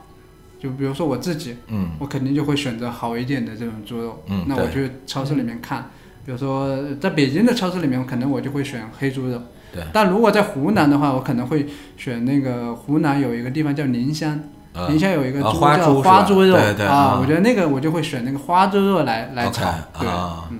Speaker 3: 就比如说我自己，
Speaker 1: 嗯
Speaker 3: 我肯定就会选择好一点的这种猪肉。
Speaker 1: 嗯
Speaker 3: 那我
Speaker 1: 对
Speaker 3: 去超市里面看，比如说呃在北京的超市里面，可能我就会选黑猪肉。
Speaker 1: 对
Speaker 3: 但如果在湖南的话，我可能会选那个湖南有一个地方叫宁乡，
Speaker 1: 呃
Speaker 3: 宁乡有一个
Speaker 1: 啊
Speaker 3: 猪
Speaker 1: 花猪
Speaker 3: 叫
Speaker 1: 是吧
Speaker 3: 花猪肉
Speaker 1: 对对
Speaker 3: 啊，
Speaker 1: 嗯
Speaker 3: 我觉得那个我就会选那个花猪肉来来
Speaker 1: OK，
Speaker 3: 炒。对，
Speaker 1: 啊，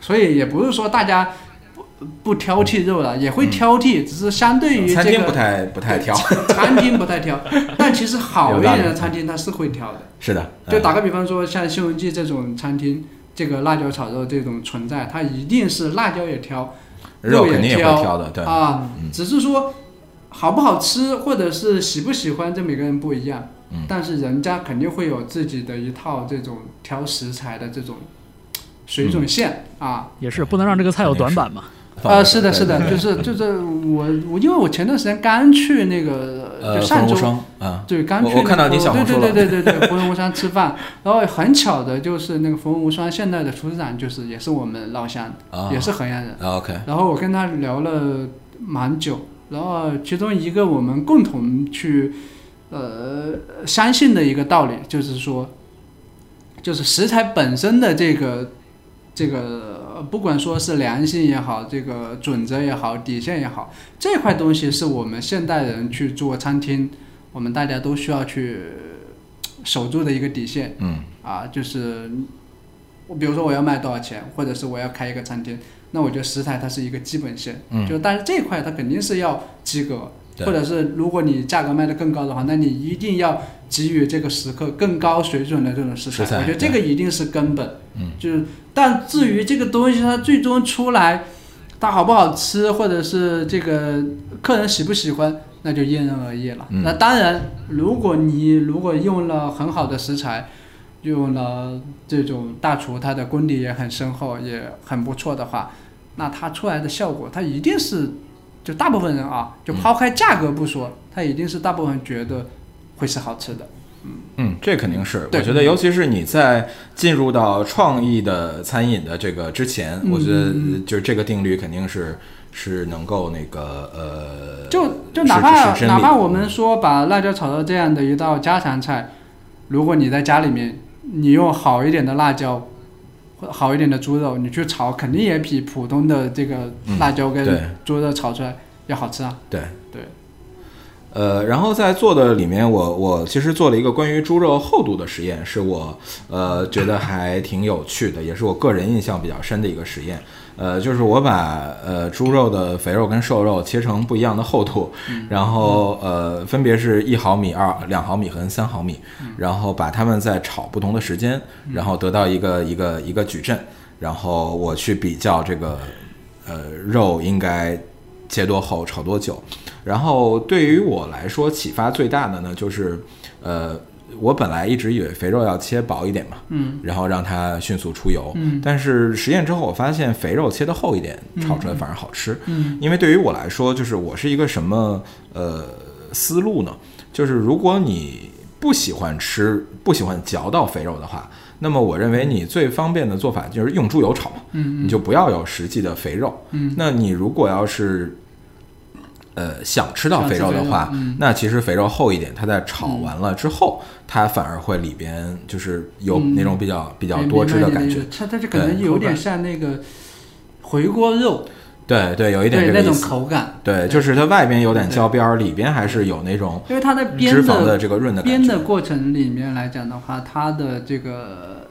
Speaker 3: 所以也不是说大家不不挑剔肉了，也会挑剔，只是相对于
Speaker 1: 嗯餐
Speaker 3: 这
Speaker 1: 厅不
Speaker 3: 个
Speaker 1: 太不太 挑，
Speaker 3: 餐厅不太挑， 但其实好一
Speaker 1: 有道
Speaker 3: 点
Speaker 1: 理
Speaker 3: 的餐厅它是会挑的。
Speaker 1: 是的，
Speaker 3: 就
Speaker 1: 嗯
Speaker 3: 打个比方说，像新荣记这种餐厅，这个辣椒炒肉这种存在，它一定是辣椒也挑，
Speaker 1: 肉
Speaker 3: 肉也
Speaker 1: 肯定也会挑的，对，嗯
Speaker 3: 啊，只是说好不好吃或者是喜不喜欢，这每个人不一样。
Speaker 1: 嗯
Speaker 3: 但是人家肯定会有自己的一套这种挑食材的这种水准线、啊。
Speaker 2: 也是不能让这个菜有短板嘛。
Speaker 1: 嗯放
Speaker 3: 啊，
Speaker 1: 着
Speaker 3: 是的，
Speaker 1: 对
Speaker 3: 是的，
Speaker 1: 对
Speaker 3: 就是就是我我因为我前段时间刚去那个
Speaker 1: 呃，
Speaker 3: 就
Speaker 1: 风
Speaker 3: 上
Speaker 1: 无
Speaker 3: 周
Speaker 1: 双啊，
Speaker 3: 对，刚
Speaker 1: 我
Speaker 3: 去
Speaker 1: 我
Speaker 3: 那
Speaker 1: 看到
Speaker 3: 个
Speaker 1: 你小红书
Speaker 3: 对
Speaker 1: 了
Speaker 3: 对对对对，芙蓉无双吃饭，然后很巧的就是那个芙蓉无双现在的厨师长就是也是我们老乡，
Speaker 1: 啊
Speaker 3: 也是衡阳人。
Speaker 1: 啊，OK，
Speaker 3: 然后我跟他聊了蛮久，然后其中一个我们共同去呃相信的一个道理就是说，就是食材本身的这个这个，呃不管说是良心也好，这个准则也好，底线也好，这块东西是我们现代人去做餐厅，我们大家都需要去。守住的一个底线
Speaker 1: 嗯
Speaker 3: 啊，就是我比如说我要卖多少钱，或者是我要开一个餐厅，那我觉得食材它是一个基本线，
Speaker 1: 嗯
Speaker 3: 就但是这一块它肯定是要及格，
Speaker 1: 对
Speaker 3: 或者是如果你价格卖得更高的话，那你一定要给予这个食客更高水准的这种食材。
Speaker 1: 食材
Speaker 3: 我觉得这个一定是根本。
Speaker 1: 嗯，
Speaker 3: 就是但至于这个东西它最终出来，它好不好吃，或者是这个客人喜不喜欢，那就因人而异了。
Speaker 1: 嗯
Speaker 3: 那当然，如果你如果用了很好的食材。用了这种大厨，他的功底也很深厚，也很不错的话，那它出来的效果，它一定是就大部分人啊，就抛开价格不说，它一定是大部分觉得会是好吃的。
Speaker 1: 嗯，这肯定是。我
Speaker 3: 对
Speaker 1: 觉得，尤其是你在进入到创意的餐饮的这个之前，
Speaker 3: 嗯
Speaker 1: 我觉得就是这个定律肯定是是能够那个呃，
Speaker 3: 就就是哪怕
Speaker 1: 是真理
Speaker 3: 哪怕我们说把辣椒炒到这样的一道家常菜，如果你在家里面，你用好一点的辣椒。或好一点的猪肉，你去炒肯定也比普通的这个
Speaker 1: 嗯
Speaker 3: 辣椒跟
Speaker 1: 对
Speaker 3: 猪肉炒出来要好吃啊。
Speaker 1: 对
Speaker 3: 对。
Speaker 1: 呃，然后在做的里面，我我其实做了一个关于猪肉厚度的实验，是我呃觉得还挺有趣的，也是我个人印象比较深的一个实验。呃，就是我把呃猪肉的肥肉跟瘦肉切成不一样的厚度，然后呃分别是一毫米、二两毫米和三毫米，然后把它们再炒不同的时间，然后得到一个一个一个矩阵，然后我去比较这个呃肉应该切多厚、炒多久。然后对于我来说，启发最大的呢，就是呃，我本来一直以为肥肉要切薄一点嘛，
Speaker 3: 嗯，
Speaker 1: 然后让它迅速出油，
Speaker 3: 嗯
Speaker 1: 但是实验之后，我发现肥肉切的厚一点，炒出来反而好吃，
Speaker 3: 嗯，
Speaker 1: 因为对于我来说，就是我是一个什么呃思路呢？就是如果你不喜欢吃、不喜欢嚼到肥肉的话，那么我认为你最方便的做法就是用猪油炒嘛，
Speaker 3: 嗯
Speaker 1: 你就不要有实际的肥肉。
Speaker 3: 嗯，
Speaker 1: 那你如果要是呃想吃到肥肉的话，
Speaker 3: 想吃肥肉嗯
Speaker 1: 那其实肥肉厚一点，它在炒完了之后，它反而会里边就是有
Speaker 3: 嗯
Speaker 1: 那种比较、比较多汁的感觉。
Speaker 3: 它它就可能有点像那个回锅肉，
Speaker 1: 对对，有一点
Speaker 3: 对
Speaker 1: 这个
Speaker 3: 那
Speaker 1: 意
Speaker 3: 种
Speaker 1: 思。
Speaker 3: 口感，
Speaker 1: 对，就是它外边有点焦边儿，里边还是有那种
Speaker 3: 因为它在煸
Speaker 1: 嗯脂肪
Speaker 3: 的
Speaker 1: 的这个润的感
Speaker 3: 煸
Speaker 1: 觉
Speaker 3: 的。过程里面来讲的话，它的这个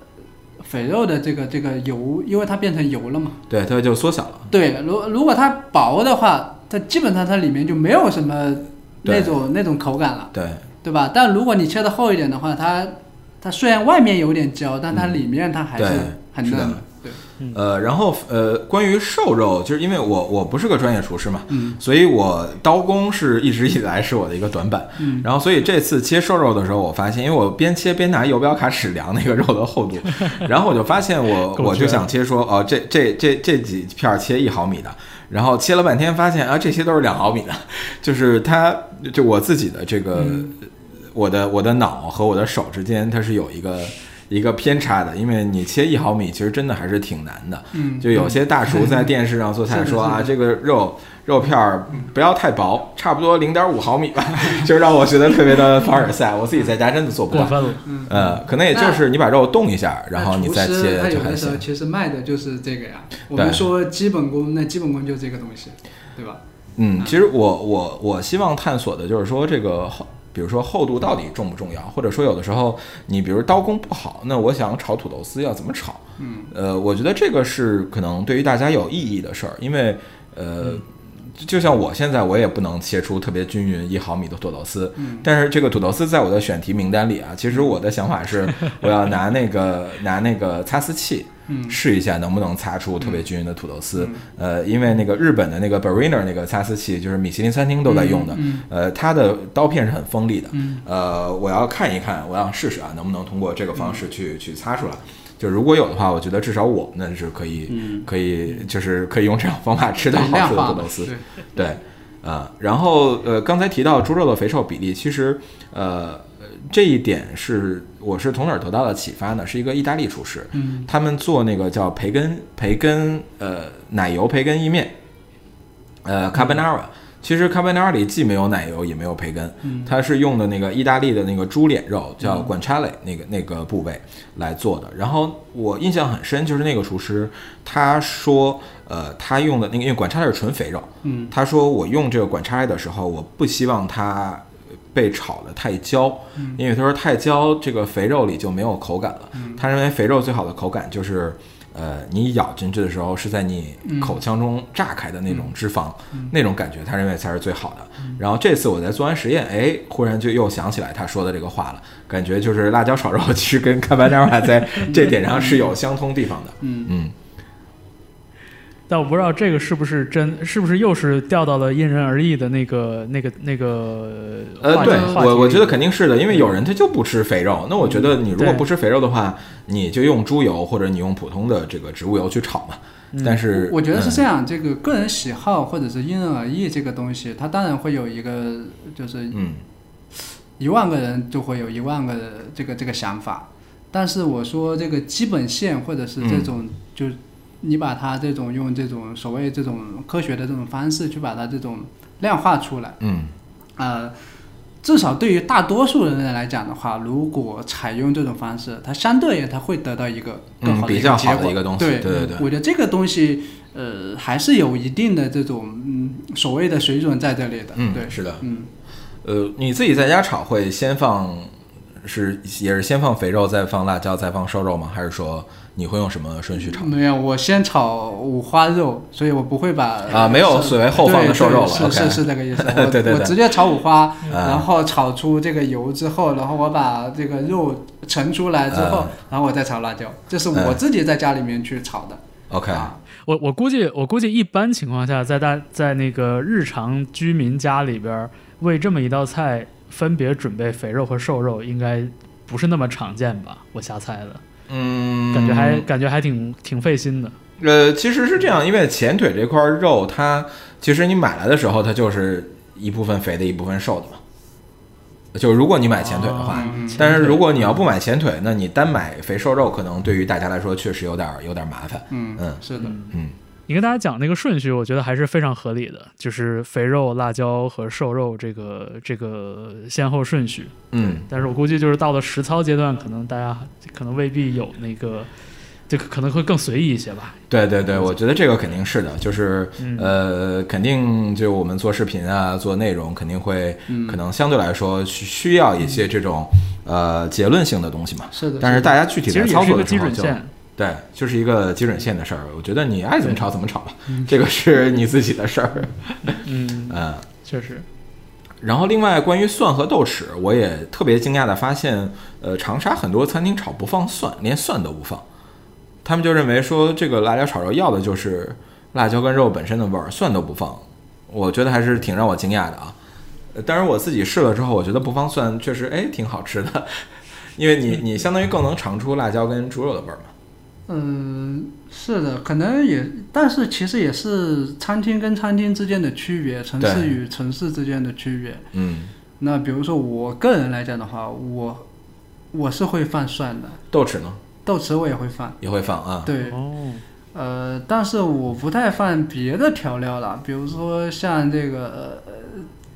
Speaker 3: 肥肉的这个这个油，因为它变成油了嘛。
Speaker 1: 对，它就缩小了。
Speaker 3: 对，如如果它薄的话，它基本上它里面就没有什么那
Speaker 1: 对
Speaker 3: 种那种口感了，
Speaker 1: 对
Speaker 3: 对吧？但如果你切的厚一点的话，它它虽然外面有点焦，但它里面它还是
Speaker 1: 嗯对
Speaker 3: 很
Speaker 1: 是
Speaker 3: 嫩
Speaker 1: 的
Speaker 3: 的。对，
Speaker 1: 呃，然后呃，关于瘦肉，就是因为我我不是个专业厨师嘛，
Speaker 3: 嗯
Speaker 1: 所以我刀工是一直以来是我的一个短板。
Speaker 3: 嗯
Speaker 1: 然后所以这次切瘦肉的时候，我发现，因为我边切边拿游标卡尺量那个肉的 厚度，然后我就发现我
Speaker 2: 够
Speaker 1: 我就
Speaker 2: 绝
Speaker 1: 想切说，哦，这这这这几片儿切一毫米的，然后切了半天发现啊，这些都是两毫米的，就是它就我自己的这个、
Speaker 3: 嗯
Speaker 1: 我的我的脑和我的手之间它是有一个。一个偏差的，因为你切一毫米，其实真的还是挺难的。
Speaker 3: 嗯
Speaker 1: 就有些大厨在电视上做菜说啊，
Speaker 3: 是
Speaker 1: 这个肉肉片儿不要太薄，差不多零点五毫米吧， 就让我觉得特别的凡尔赛。我自己在家真的做不
Speaker 2: 过
Speaker 1: 到。
Speaker 2: 分了，
Speaker 1: 呃，可能也就是你把肉冻一下，然后你再
Speaker 3: 那厨师
Speaker 1: 切
Speaker 3: 他
Speaker 1: 就
Speaker 3: 有
Speaker 1: 还
Speaker 3: 的时候
Speaker 1: 行。
Speaker 3: 其实卖的就是这个呀。我
Speaker 1: 对
Speaker 3: 们说基本功，那基本功就这个东西，对吧？
Speaker 1: 嗯，其实我我我希望探索的就是说这个厚，比如说厚度到底重不重要，或者说有的时候你比如刀工不好，那我想炒土豆丝要怎么炒？
Speaker 3: 嗯，
Speaker 1: 呃，我觉得这个是可能对于大家有意义的事儿，因为呃。就就像我现在，我也不能切出特别均匀一毫米的土豆丝，
Speaker 3: 嗯
Speaker 1: 但是这个土豆丝在我的选题名单里啊，其实我的想法是，我要拿那个拿那个擦丝器，
Speaker 3: 嗯
Speaker 1: 试一下能不能擦出特别均匀的土豆丝。呃，因为那个日本的那个 Bariner 那个擦丝器，就是米其林餐厅都在用的，
Speaker 3: 嗯
Speaker 1: 呃，它的刀片是很锋利的，
Speaker 3: 嗯
Speaker 1: 呃，我要看一看，我要试试啊，能不能通过这个方式
Speaker 3: 嗯
Speaker 1: 去、去擦出来。就如果有的话，我觉得至少我们是可以，
Speaker 3: 嗯
Speaker 1: 可以就是可以用这种方法吃到好
Speaker 3: 量
Speaker 1: 吃的
Speaker 3: 化
Speaker 1: 土豆丝。
Speaker 3: 对，
Speaker 1: 对，啊、然后呃，刚才提到猪肉的肥瘦比例，其实呃这一点是我是从哪儿得到的启发呢？是一个意大利厨师，
Speaker 3: 嗯
Speaker 1: 他们做那个叫培根培根呃奶油培根意面，呃 carbonara。其实 carbonara 里既没有奶油也没有培根，
Speaker 3: 嗯
Speaker 1: 它是用的那个意大利的那个猪脸肉，叫 guanciale 那个那个部位来做的。然后我印象很深，就是那个厨师他说，呃，他用的那个因为 guanciale 是纯肥肉，
Speaker 3: 嗯
Speaker 1: 他说我用这个管差的时候，我不希望它被炒得太焦，因为他说太焦这个肥肉里就没有口感了。他认为肥肉最好的口感就是，呃，你咬进去的时候是在你口腔中炸开的那种脂肪，那种感觉，他认为才是最好的。然后这次我在做完实验，哎，忽然就又想起来他说的这个话了，感觉就是辣椒炒肉其实跟干巴酱辣在这点上是有相通地方的。
Speaker 3: 嗯
Speaker 1: 嗯，
Speaker 2: 但我不知道这个是不是真，是不是又是掉到了因人而异的那个、那个、那个话
Speaker 1: 呃，
Speaker 2: 题。
Speaker 1: 对
Speaker 2: 话题
Speaker 1: 我我觉
Speaker 2: 里
Speaker 1: 得肯定是的，因为有人他就不吃肥肉，那我觉得你如果
Speaker 2: 对
Speaker 1: 不吃肥肉的话，你就用猪油或者你用普通的这个植物油去炒嘛。但是
Speaker 3: 我觉得是
Speaker 1: 嗯
Speaker 3: 这样，这个个人喜好或者是因人而异，这个东西它当然会有一个，就是
Speaker 1: 嗯
Speaker 3: 一万个人就会有一万个这个这个想法。但是我说这个基本线或者是这种，就你把它这种用这种所谓这种科学的这种方式去把它这种量化出来，
Speaker 1: 嗯
Speaker 3: 呃，至少对于大多数人来讲的话，如果采用这种方式，它相对它会得到一个更
Speaker 1: 嗯
Speaker 3: 好的
Speaker 1: 比
Speaker 3: 一个
Speaker 1: 较
Speaker 3: 结
Speaker 1: 好
Speaker 3: 果。
Speaker 1: 的一个东西，对
Speaker 3: 对
Speaker 1: 对对，
Speaker 3: 我觉得这个东西，呃，还是有一定的这种嗯所谓的水准在这里的。
Speaker 1: 嗯
Speaker 3: 对，
Speaker 1: 是的，
Speaker 3: 嗯，
Speaker 1: 呃，你自己在家炒会先放是也是先放肥肉，再放辣椒，再放瘦肉吗？还是说你会用什么顺序炒？
Speaker 3: 没有，我先炒五花肉，所以我不会把呃
Speaker 1: 啊没有
Speaker 3: 是
Speaker 1: 所谓后放的瘦肉了
Speaker 3: 对对
Speaker 1: OK
Speaker 3: 是是是这
Speaker 1: 。
Speaker 3: 个意思
Speaker 1: 对对对
Speaker 3: 我我直接炒五花，
Speaker 1: 嗯
Speaker 3: 然后炒出这个油之后，然后我把这个肉盛出来之后
Speaker 1: 嗯，
Speaker 3: 然后我再炒辣椒，这是
Speaker 1: 嗯
Speaker 3: 我自己在家里面去炒的。
Speaker 1: OK，
Speaker 3: 啊
Speaker 2: 我我估计，我估计一般情况下，在大在那个日常居民家里边儿，为这么一道菜分别准备肥肉和瘦肉，应该不是那么常见吧？我瞎猜的，
Speaker 1: 嗯，
Speaker 2: 感觉还、感觉还挺挺费心的。
Speaker 1: 呃，其实是这样，因为前腿这块肉，它其实你买来的时候，它就是一部分肥的，一部分瘦的嘛。就如果你买前腿的话，
Speaker 2: 啊
Speaker 3: 嗯
Speaker 1: 但是如果你要不买前腿，那你单买肥瘦肉，可能对于大家来说确实有点有点麻烦。
Speaker 3: 嗯
Speaker 1: 嗯
Speaker 3: 是的，
Speaker 1: 嗯
Speaker 2: 你跟大家讲那个顺序，我觉得还是非常合理的，就是肥肉、辣椒和瘦肉这个这个先后顺序。
Speaker 1: 嗯，
Speaker 2: 但是我估计就是到了实操阶段，可能大家可能未必有那个，就可能会更随意一些吧。
Speaker 1: 对对对，我觉得这个肯定是的，就是
Speaker 2: 嗯
Speaker 1: 呃，肯定就我们做视频啊，做内容肯定会，
Speaker 3: 嗯
Speaker 1: 可能相对来说需需要一些这种呃结论性的东西嘛。
Speaker 3: 是的。
Speaker 1: 但是大家具体
Speaker 2: 其
Speaker 1: 在
Speaker 2: 实
Speaker 1: 操
Speaker 2: 也是一
Speaker 1: 作
Speaker 2: 个
Speaker 1: 的时
Speaker 2: 基
Speaker 1: 候
Speaker 2: 准
Speaker 1: 就
Speaker 2: 线。
Speaker 1: 对，就是一个基准线的事儿。我觉得你爱怎么炒怎么炒吧， 这个是你自己的事儿。
Speaker 2: 嗯，
Speaker 1: 嗯，
Speaker 2: 确实。
Speaker 1: 然后另外关于蒜和豆豉，我也特别惊讶的发现，呃，长沙很多餐厅炒不放蒜，连蒜都不放。他们就认为说这个辣椒炒肉要的就是辣椒跟肉本身的味儿，蒜都不放。我觉得还是挺让我惊讶的啊。呃当然我自己试了之后，我觉得不放蒜确实哎挺好吃的， 因为你你相当于更能尝出辣椒跟猪肉的味儿嘛。
Speaker 3: 嗯，是的，可能也，但是其实也是餐厅跟餐厅之间的区别，城
Speaker 1: 对
Speaker 3: 市与城市之间的区别。
Speaker 1: 嗯，
Speaker 3: 那比如说我个人来讲的话，我我是会放蒜的，
Speaker 1: 豆豉呢
Speaker 3: 豆豉我也会放，
Speaker 1: 也会放啊。
Speaker 3: 对，
Speaker 2: 哦，
Speaker 3: 呃，但是我不太放别的调料了，比如说像这个呃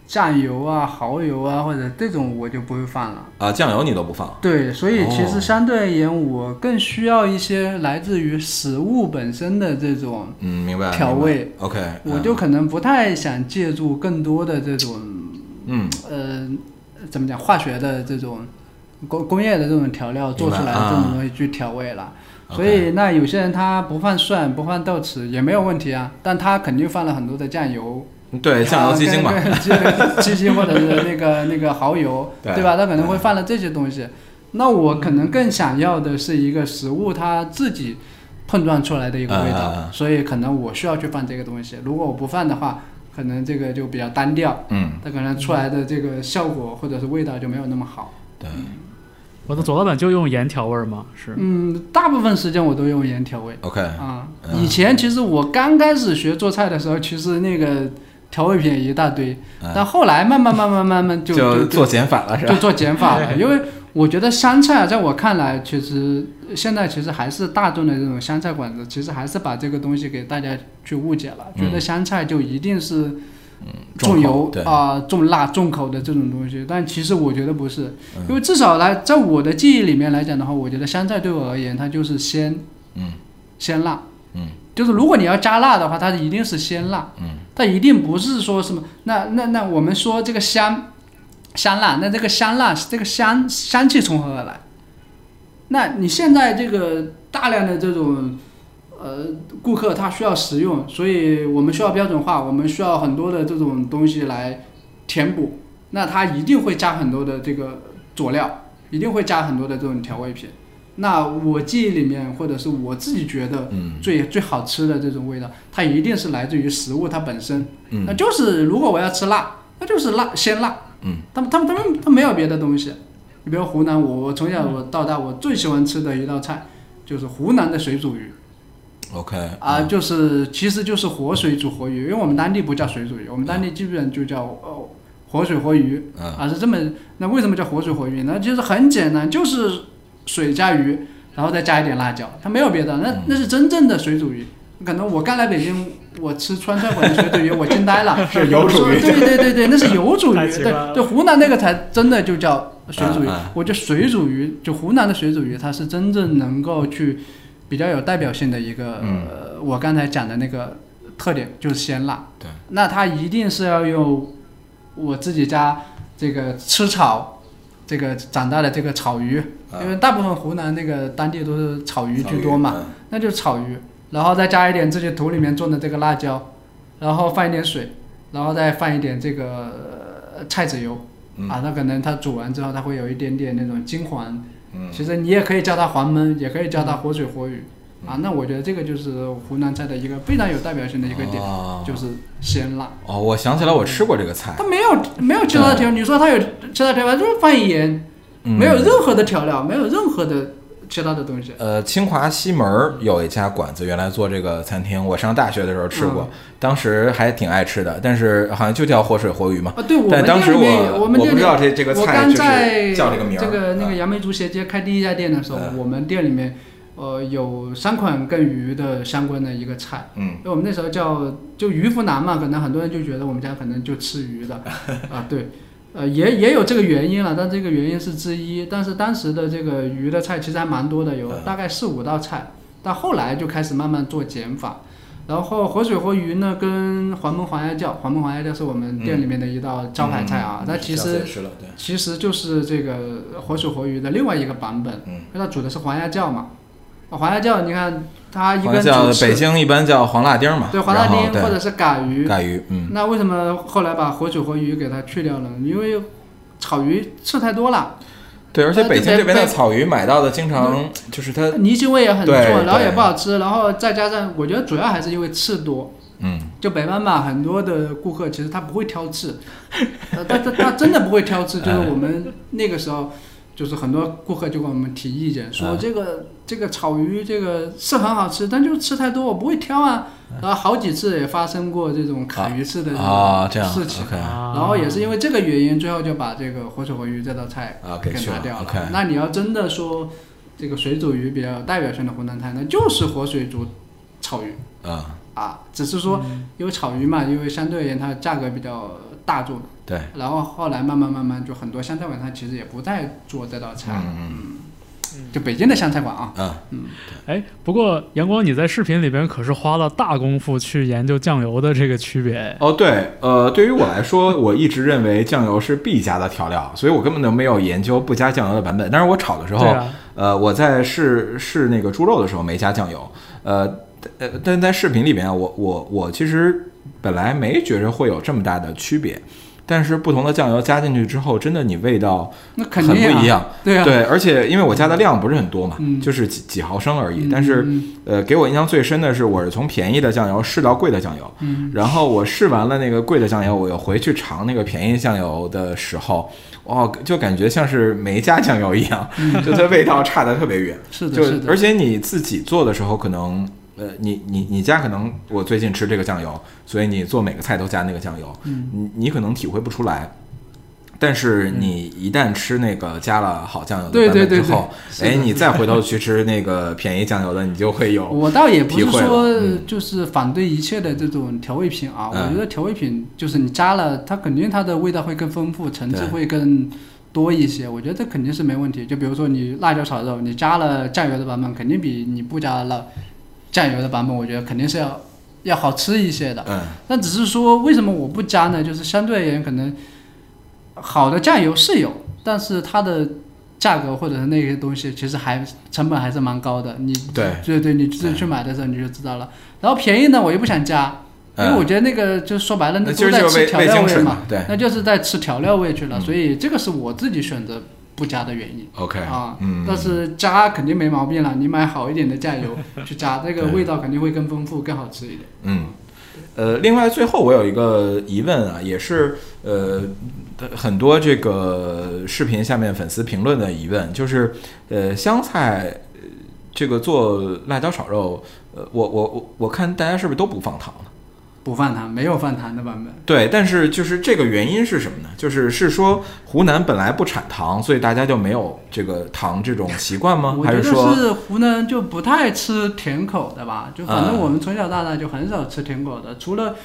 Speaker 3: 酱油啊、蚝油啊或者这种我就不会放了。
Speaker 1: 啊，酱油你都不放。
Speaker 3: 对，所以其
Speaker 1: 哦
Speaker 3: 实相对而言，我更需要一些来自于食物本身的这种。
Speaker 1: 嗯，明白。
Speaker 3: 调
Speaker 1: 明白
Speaker 3: 味。
Speaker 1: OK，
Speaker 3: 我就可能不太想借助更多的这种
Speaker 1: 嗯
Speaker 3: 呃怎么讲化学的这种工工业的这种调料做出来的这种东西去调味了。
Speaker 1: 啊 OK
Speaker 3: 所以，那有些人他不放蒜、不放豆豉也没有问题啊，但他肯定放了很多的酱油，
Speaker 1: 嗯对酱油鸡精嘛
Speaker 3: 啊，，对鸡精或者是那个那个蚝油，
Speaker 1: 对
Speaker 3: 对吧？他可能会放了这些东西。那我可能更想要的是一个食物它自己碰撞出来的一个味道，
Speaker 1: 嗯嗯嗯
Speaker 3: 所以可能我需要去放这个东西。如果我不放的话，可能这个就比较单调，
Speaker 1: 嗯，
Speaker 3: 它可能出来的这个效果或者是味道就没有那么好。
Speaker 1: 对，
Speaker 2: 我的左老板就用盐调味儿吗？是，
Speaker 3: 嗯，大部分时间我都用盐调味
Speaker 1: OK，
Speaker 3: 啊。
Speaker 1: 嗯
Speaker 3: 以前其实我刚开始学做菜的时候，其实那个调味品也一大堆，
Speaker 1: 嗯
Speaker 3: 但后来慢慢慢慢慢慢就就
Speaker 1: 做减法了是
Speaker 3: 就
Speaker 1: 吧？
Speaker 3: 做减法 了，因为我觉得湘菜啊在我看来，其实现在其实还是大众的这种湘菜馆子，其实还是把这个东西给大家去误解了，
Speaker 1: 嗯
Speaker 3: 觉得湘菜就一定是
Speaker 1: 重
Speaker 3: 重
Speaker 1: 口
Speaker 3: 油
Speaker 1: 对
Speaker 3: 啊、重辣、重口的这种东西，但其实我觉得不是
Speaker 1: 嗯，
Speaker 3: 因为至少来在我的记忆里面来讲的话，我觉得湘菜对我而言，它就是鲜
Speaker 1: 嗯
Speaker 3: 鲜辣，
Speaker 1: 嗯，
Speaker 3: 就是如果你要加辣的话，它一定是鲜辣，
Speaker 1: 嗯，
Speaker 3: 它一定不是说什么那那那我们说这个香，香辣，那这个香辣是这个香香气从何而来？那你现在这个大量的这种呃顾客他需要食用，所以我们需要标准化，我们需要很多的这种东西来填补。那它一定会加很多的这个佐料，一定会加很多的这种调味品。那我记忆里面，或者是我自己觉得
Speaker 1: 嗯
Speaker 3: 最、最好吃的这种味道，它一定是来自于食物它本身。那
Speaker 1: 嗯
Speaker 3: 就是如果我要吃辣，那就是辣鲜辣。
Speaker 1: 嗯，
Speaker 3: 他们他们他们他没有别的东西。你比如湖南，我我从小我到大我最喜欢吃的一道菜就是湖南的水煮鱼
Speaker 1: ，OK
Speaker 3: 啊、就是其实就是活水煮活鱼，因为我们当地不叫水煮鱼，我们当地基本就叫呃活水活鱼
Speaker 1: 嗯
Speaker 3: 啊，是这么。那为什么叫活水活鱼呢？其实很简单，就是水加鱼，然后再加一点辣椒，它没有别的，
Speaker 1: 嗯
Speaker 3: 那那是真正的水煮鱼。可能我刚来北京，我吃川菜馆的水煮鱼，我惊呆了，
Speaker 1: 是有煮鱼
Speaker 3: 我说对对对对，那是有煮 鱼
Speaker 2: 太，奇怪了
Speaker 3: 对对，湖南那个才真的就叫水煮鱼
Speaker 1: 嗯嗯。
Speaker 3: 我觉得水煮鱼，就湖南的水煮鱼，它是真正能够去比较有代表性的一个，
Speaker 1: 嗯
Speaker 3: 呃我刚才讲的那个特点就是鲜辣。
Speaker 1: 对，
Speaker 3: 那它一定是要用我自己家这个吃草，这个长大的这个草鱼，
Speaker 1: 嗯
Speaker 3: 因为大部分湖南那个当地都是草鱼居多嘛，，
Speaker 1: 嗯
Speaker 3: 那就是草鱼，然后再加一点自己土里面种的这个辣椒，然后放一点水，然后再放一点这个呃菜籽油、
Speaker 1: 嗯
Speaker 3: 啊，那可能它煮完之后它会有一点点那种金黄，
Speaker 1: 嗯
Speaker 3: 其实你也可以叫它黄焖，也可以叫它活水活鱼、
Speaker 1: 嗯
Speaker 3: 啊，那我觉得这个就是湖南菜的一个非常有代表性的一个点，
Speaker 1: 哦
Speaker 3: 就是鲜辣。
Speaker 1: 哦，我想起来我吃过这个菜
Speaker 3: 它，没有没有其他的调料，你说它有其他调料，就是放盐，
Speaker 1: 嗯
Speaker 3: 没有任何的调料，没有任何的其他的东西。
Speaker 1: 呃，清华西门儿有一家馆子，原来做这个餐厅，我上大学的时候吃过，
Speaker 3: 嗯
Speaker 1: 当时还挺爱吃的，但是好像就叫活水活鱼嘛。
Speaker 3: 啊，对，我
Speaker 1: 但
Speaker 3: 们
Speaker 1: 当
Speaker 3: 店
Speaker 1: 时
Speaker 3: 里面也，
Speaker 1: 我
Speaker 3: 我们
Speaker 1: 我
Speaker 3: 店
Speaker 1: 不
Speaker 3: 里
Speaker 1: 知道这这个
Speaker 3: 我
Speaker 1: 菜
Speaker 3: 刚
Speaker 1: 就
Speaker 3: 在
Speaker 1: 是叫这个名儿。
Speaker 3: 这个那个
Speaker 1: 嗯
Speaker 3: 杨梅竹斜街开第一家店的时候，
Speaker 1: 嗯
Speaker 3: 我们店里面呃有三款跟鱼的相关的一个菜。
Speaker 1: 嗯，
Speaker 3: 因为我们那时候叫就渔夫男嘛，可能很多人就觉得我们家可能就吃 鱼的啊，对，呃，也也有这个原因了，但这个原因是之一。但是当时的这个鱼的菜其实还蛮多的，有
Speaker 1: 嗯
Speaker 3: 大概四五道菜，但后来就开始慢慢做减法。然后活水活鱼呢，跟黄焖黄鸭叫，黄焖黄鸭叫是我们店里面的一道招牌菜啊。
Speaker 1: 嗯
Speaker 3: 那其
Speaker 1: 下次
Speaker 3: 实
Speaker 1: 也吃了，对，
Speaker 3: 其实就是这个活水活鱼的另外一个版本，
Speaker 1: 嗯
Speaker 3: 因为它煮的是黄鸭叫嘛。啊黄鸭叫，你看它一
Speaker 1: 好像
Speaker 3: 根
Speaker 1: 叫
Speaker 3: 主
Speaker 1: 北
Speaker 3: 翅，
Speaker 1: 京一般叫黄辣丁儿嘛，
Speaker 3: 对黄辣
Speaker 1: 然后
Speaker 3: 丁
Speaker 1: 对
Speaker 3: 或者是嘎鱼。
Speaker 1: 盖鱼，嗯
Speaker 3: 那为什么后来把活水活鱼给它去掉了？因为炒鱼吃太多了，
Speaker 1: 对，而且
Speaker 3: 呃
Speaker 1: 北京
Speaker 3: 对
Speaker 1: 这边的
Speaker 3: 北
Speaker 1: 草鱼买到的经常就是它，
Speaker 3: 泥腥味也很重，
Speaker 1: 对
Speaker 3: 然后也
Speaker 1: 对
Speaker 3: 不好吃，然后再加上我觉得主要还是因为刺多。
Speaker 1: 嗯，
Speaker 3: 就北方吧，很多的顾客其实他不会挑刺，呃他他他真的不会挑刺，
Speaker 1: 哎
Speaker 3: 就是我们那个时候，就是很多顾客就跟我们提意见，说
Speaker 1: 嗯
Speaker 3: 这个这个草鱼这个是很好吃，但就是吃太多，我不会挑啊。
Speaker 1: 哎
Speaker 3: 然后好几次也发生过这种卡鱼刺的
Speaker 1: 啊，这样
Speaker 3: 事情，
Speaker 1: ，OK，
Speaker 3: 然后也是因为这个原因，最后就把这个活水活鱼这道菜
Speaker 1: 啊
Speaker 3: 给
Speaker 1: 给去
Speaker 3: 拿
Speaker 1: 了
Speaker 3: 掉
Speaker 1: ，OK
Speaker 3: 那你要真的说这个水煮鱼比较有代表性的湖南菜，那就是活水煮草鱼。
Speaker 1: 啊，
Speaker 3: 啊，只是说因为草鱼嘛，因为相对而言它的价格比较大众，
Speaker 1: 对，
Speaker 3: 然后后来慢慢慢慢就很多湘菜馆它其实也不再做这道菜了，嗯，就北京的湘菜馆啊，
Speaker 1: 嗯，
Speaker 2: 哎，不过阳光，你在视频里边可是花了大功夫去研究酱油的这个区别。
Speaker 1: 哦，对，呃，对于我来说，我一直认为酱油是必加的调料，所以我根本都没有研究不加酱油的版本。但是我炒的时候，
Speaker 2: 对啊
Speaker 1: 呃，我在试试那个猪肉的时候没加酱油，呃，呃，但在视频里面，我我我其实本来没觉着会有这么大的区别，但是不同的酱油加进去之后，真的你味道
Speaker 3: 那肯
Speaker 1: 很
Speaker 3: 定、啊、
Speaker 1: 不一，样。
Speaker 3: 对啊，
Speaker 1: 对，而且因为我加的量不是很多嘛，
Speaker 3: 嗯
Speaker 1: 就是几几毫升而已。
Speaker 3: 嗯
Speaker 1: 但是
Speaker 3: 嗯，
Speaker 1: 呃，给我印象最深的是，我是从便宜的酱油试到贵的酱油，
Speaker 3: 嗯
Speaker 1: 然后我试完了那个贵的酱油，我又回去尝那个便宜酱油的时候，哦，就感觉像是没加酱油一样，
Speaker 3: 嗯
Speaker 1: 就它味道差的特别远。
Speaker 3: 是的，
Speaker 1: 就是
Speaker 3: 的，
Speaker 1: 而且你自己做的时候，可能呃，你你你家可能我最近吃这个酱油，所以你做每个菜都加那个酱油，
Speaker 3: 嗯
Speaker 1: 你你可能体会不出来。但是你一旦吃那个加了好酱油的
Speaker 3: 对
Speaker 1: 版本
Speaker 3: 对
Speaker 1: 之
Speaker 3: 对
Speaker 1: 后，
Speaker 3: 是的
Speaker 1: 哎，你再回头去吃那个便宜酱油的，你就会有
Speaker 3: 我倒也不是
Speaker 1: 体会了
Speaker 3: 说
Speaker 1: 嗯
Speaker 3: 就是反对一切的这种调味品啊，
Speaker 1: 嗯
Speaker 3: 我觉得调味品就是你加了，它肯定它的味道会更丰富，层次
Speaker 1: 对
Speaker 3: 会更多一些。我觉得这肯定是没问题。就比如说你辣椒炒肉，你加了酱油的版本，肯定比你不加了酱油的版本，我觉得肯定是要要好吃一些的。
Speaker 1: 嗯
Speaker 3: 但只是说为什么我不加呢？就是相对而言，可能好的酱油是有，但是它的价格或者是那些东西其实还成本还是蛮高的。你
Speaker 1: 对
Speaker 3: 对嗯对，你自己去买的时候你就知道了。然后便宜呢，我又不想加，因为
Speaker 1: 嗯
Speaker 3: 我觉得那个就说白了，
Speaker 1: 那
Speaker 3: 都
Speaker 1: 就是
Speaker 3: 在
Speaker 1: 就是
Speaker 3: 吃
Speaker 1: 味
Speaker 3: 调
Speaker 1: 味
Speaker 3: 料
Speaker 1: 精
Speaker 3: 味
Speaker 1: 水
Speaker 3: 嘛
Speaker 1: 嘛，，对
Speaker 3: 那就是在吃调料味去了。
Speaker 1: 嗯
Speaker 3: 所以这个是我自己选择不加的原因。
Speaker 1: ，OK，
Speaker 3: 啊，
Speaker 1: 嗯，
Speaker 3: 但是加肯定没毛病了。你买好一点的酱油去加，那个
Speaker 1: 对
Speaker 3: 味道肯定会更丰富、更好吃一点。
Speaker 1: 嗯，呃，另外最后我有一个疑问啊，也是呃很多这个视频下面粉丝评论的疑问，就是呃香菜呃这个做辣椒炒肉，呃我我我我看大家是不是都不放糖了？
Speaker 3: 不放糖，没有放糖的版本。
Speaker 1: 对，但是就是这个原因是什么呢？就是是说湖南本来不产糖，所以大家就没有这个糖这种习惯吗？
Speaker 3: 我
Speaker 1: 还
Speaker 3: 觉得
Speaker 1: 说
Speaker 3: 是湖南就不太吃甜口的吧，就反正
Speaker 1: 嗯
Speaker 3: 我们从小到大就很少吃甜口的，除了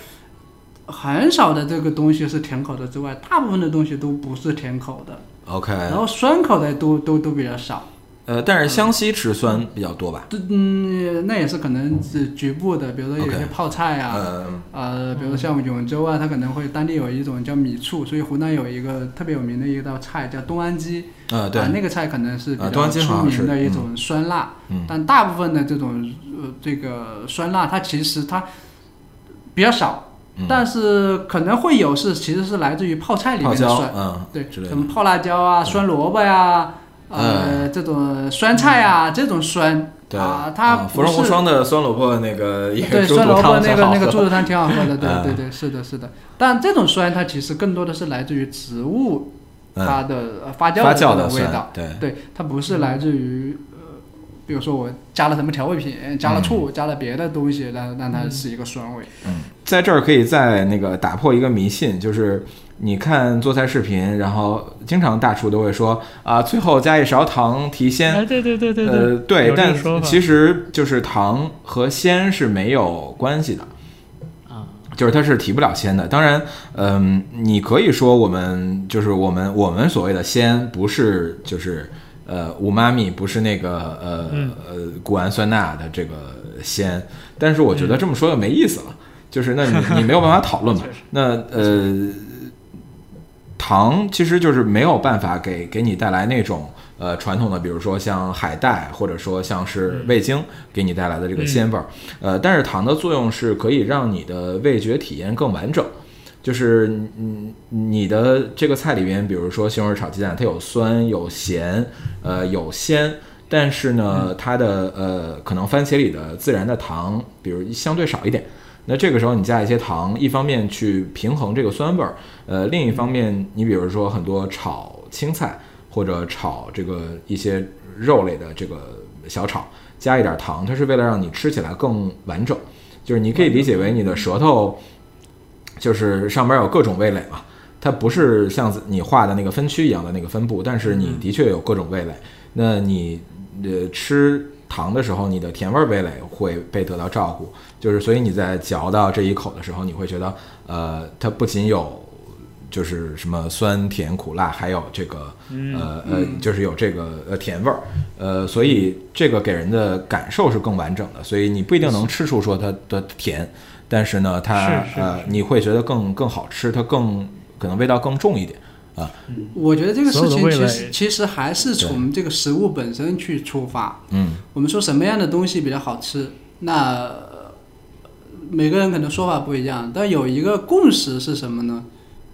Speaker 3: 很少的这个东西是甜口的之外，大部分的东西都不是甜口的，
Speaker 1: OK？
Speaker 3: 然后酸口的都都都比较少。
Speaker 1: 呃，但是湘西吃酸比较多吧？
Speaker 3: 这嗯，那也是可能是局部的，比如说有
Speaker 1: OK
Speaker 3: 些泡菜啊。
Speaker 1: 嗯
Speaker 3: 呃，比如像永州啊，它可能会当地有一种叫米醋，所以湖南有一个特别有名的一道菜叫东安鸡，
Speaker 1: 呃，对
Speaker 3: 啊，，那个菜可能是比
Speaker 1: 啊东
Speaker 3: 较
Speaker 1: 安鸡好
Speaker 3: 出
Speaker 1: 像
Speaker 3: 名的
Speaker 1: 是
Speaker 3: 一种酸辣，
Speaker 1: 嗯
Speaker 3: 但大部分的这种呃这个酸辣，它其实它比较少，
Speaker 1: 嗯
Speaker 3: 但是可能会有是其实是来自于泡菜里
Speaker 1: 泡
Speaker 3: 面的
Speaker 1: 椒，
Speaker 3: 酸，
Speaker 1: 嗯，
Speaker 3: 对，
Speaker 1: 之类的嗯
Speaker 3: 什么泡辣椒啊、酸萝卜呀、呃、这种酸菜啊、这种酸
Speaker 1: 对
Speaker 3: 啊，它
Speaker 1: 嗯芙
Speaker 3: 不
Speaker 1: 蓉
Speaker 3: 是
Speaker 1: 无双的酸萝卜那个也
Speaker 3: 对
Speaker 1: 猪
Speaker 3: 酸
Speaker 1: 肚
Speaker 3: 萝卜
Speaker 1: 汤才
Speaker 3: 那个
Speaker 1: 好
Speaker 3: 那 个
Speaker 1: 喝
Speaker 3: 猪肉汤挺好喝的，
Speaker 1: 嗯
Speaker 3: 对对对，是的是的。但这种酸它其实更多的是来自于植物
Speaker 1: 嗯
Speaker 3: 它的呃发
Speaker 1: 发
Speaker 3: 酵
Speaker 1: 酵
Speaker 3: 的
Speaker 1: 的
Speaker 3: 味
Speaker 1: 酸
Speaker 3: 道，
Speaker 1: 对
Speaker 3: 对，它不是来自于呃，比如说我加了什么调味品，加了醋，加了别的东西，让让它是一个酸味。
Speaker 1: 在这儿可以再那个打破一个迷信，就是你看做菜视频，然后经常大厨都会说啊，最后加一勺糖提
Speaker 3: 嗯
Speaker 1: 鲜，
Speaker 2: 哎，对对对对
Speaker 1: 呃，对
Speaker 2: 有，这个说
Speaker 1: 但
Speaker 2: 法
Speaker 1: 其实就是糖和鲜是没有关系的，
Speaker 2: 啊，
Speaker 1: 就是它是提不了鲜的。当然，嗯，你可以说我们就是我们我们所谓的鲜不是就是呃五妈咪不是那个呃、
Speaker 2: 嗯
Speaker 1: 呃谷氨酸钠的这个鲜，但是我觉得这么说就没意思了，就是那你你没有办法讨论嘛
Speaker 2: 嗯 确实。
Speaker 1: 那呃，糖其实就是没有办法给给你带来那种呃传统的，比如说像海带，或者说像是味精给你带来的这个鲜味儿。呃，但是糖的作用是可以让你的味觉体验更完整。就是你你的这个菜里边，比如说西红柿炒鸡蛋，它有酸有咸，呃有鲜，但是呢，它的呃可能番茄里的自然的糖，比如相对少一点。那这个时候你加一些糖，一方面去平衡这个酸味儿，呃，另一方面，你比如说很多炒青菜或者炒这个一些肉类的这个小炒，加一点糖，它是为了让你吃起来更完整。就是你可以理解为你的舌头，就是上边有各种味蕾嘛，它不是像你画的那个分区一样的那个分布，但是你的确有各种味蕾。那你呃吃糖的时候，你的甜味儿味蕾会被得到照顾，就是所以你在嚼到这一口的时候，你会觉得呃，它不仅有就是什么酸甜苦辣，还有这个
Speaker 3: 嗯
Speaker 1: 呃呃，就是有这个呃甜味儿，呃，所以这个给人的感受是更完整的，所以你不一定能吃出说它的甜，但是呢，它
Speaker 2: 是是
Speaker 1: 呃
Speaker 2: 是
Speaker 1: 你会觉得更更好吃，它更可能味道更重一点啊，
Speaker 3: 我觉得这个事
Speaker 2: 所有
Speaker 3: 情
Speaker 2: 的味
Speaker 3: 其
Speaker 2: 蕾
Speaker 3: 实其实还是从这个食物本身去出发。
Speaker 1: 嗯
Speaker 3: 我们说什么样的东西比较好吃，那呃每个人可能说法不一样，但有一个共识是什么呢？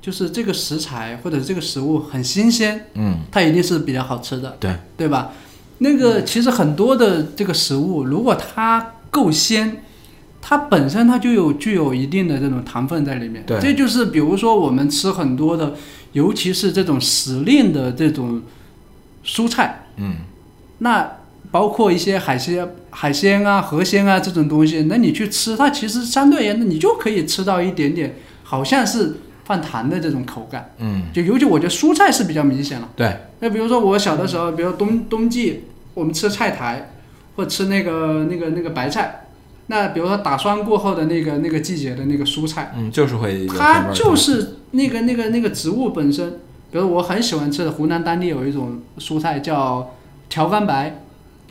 Speaker 3: 就是这个食材或者这个食物很新鲜，
Speaker 1: 嗯，
Speaker 3: 它一定是比较好吃的。
Speaker 1: 对，
Speaker 3: 对吧？那个其实很多的这个食物，如果它够鲜，它本身它就有具有一定的这种糖分在里面。
Speaker 1: 对
Speaker 3: 这就是比如说我们吃很多的，尤其是这种时令的这种蔬菜，
Speaker 1: 嗯
Speaker 3: 那包括一些海鲜、海鲜啊、河鲜啊这种东西，那你去吃它，其实相对而言，你就可以吃到一点点好像是放糖的这种口感。
Speaker 1: 嗯，
Speaker 3: 就尤其我觉得蔬菜是比较明显了。
Speaker 1: 对，
Speaker 3: 那比如说我小的时候，比如冬冬季我们吃菜苔，或者吃那个那个那个白菜，那比如说打霜过后的那个那个季节的那个蔬菜，
Speaker 1: 嗯，就是会有甜味
Speaker 3: 它
Speaker 1: 儿
Speaker 3: 就，是那个那个那个植物本身。比如我很喜欢吃的湖南当地有一种蔬菜叫条干白，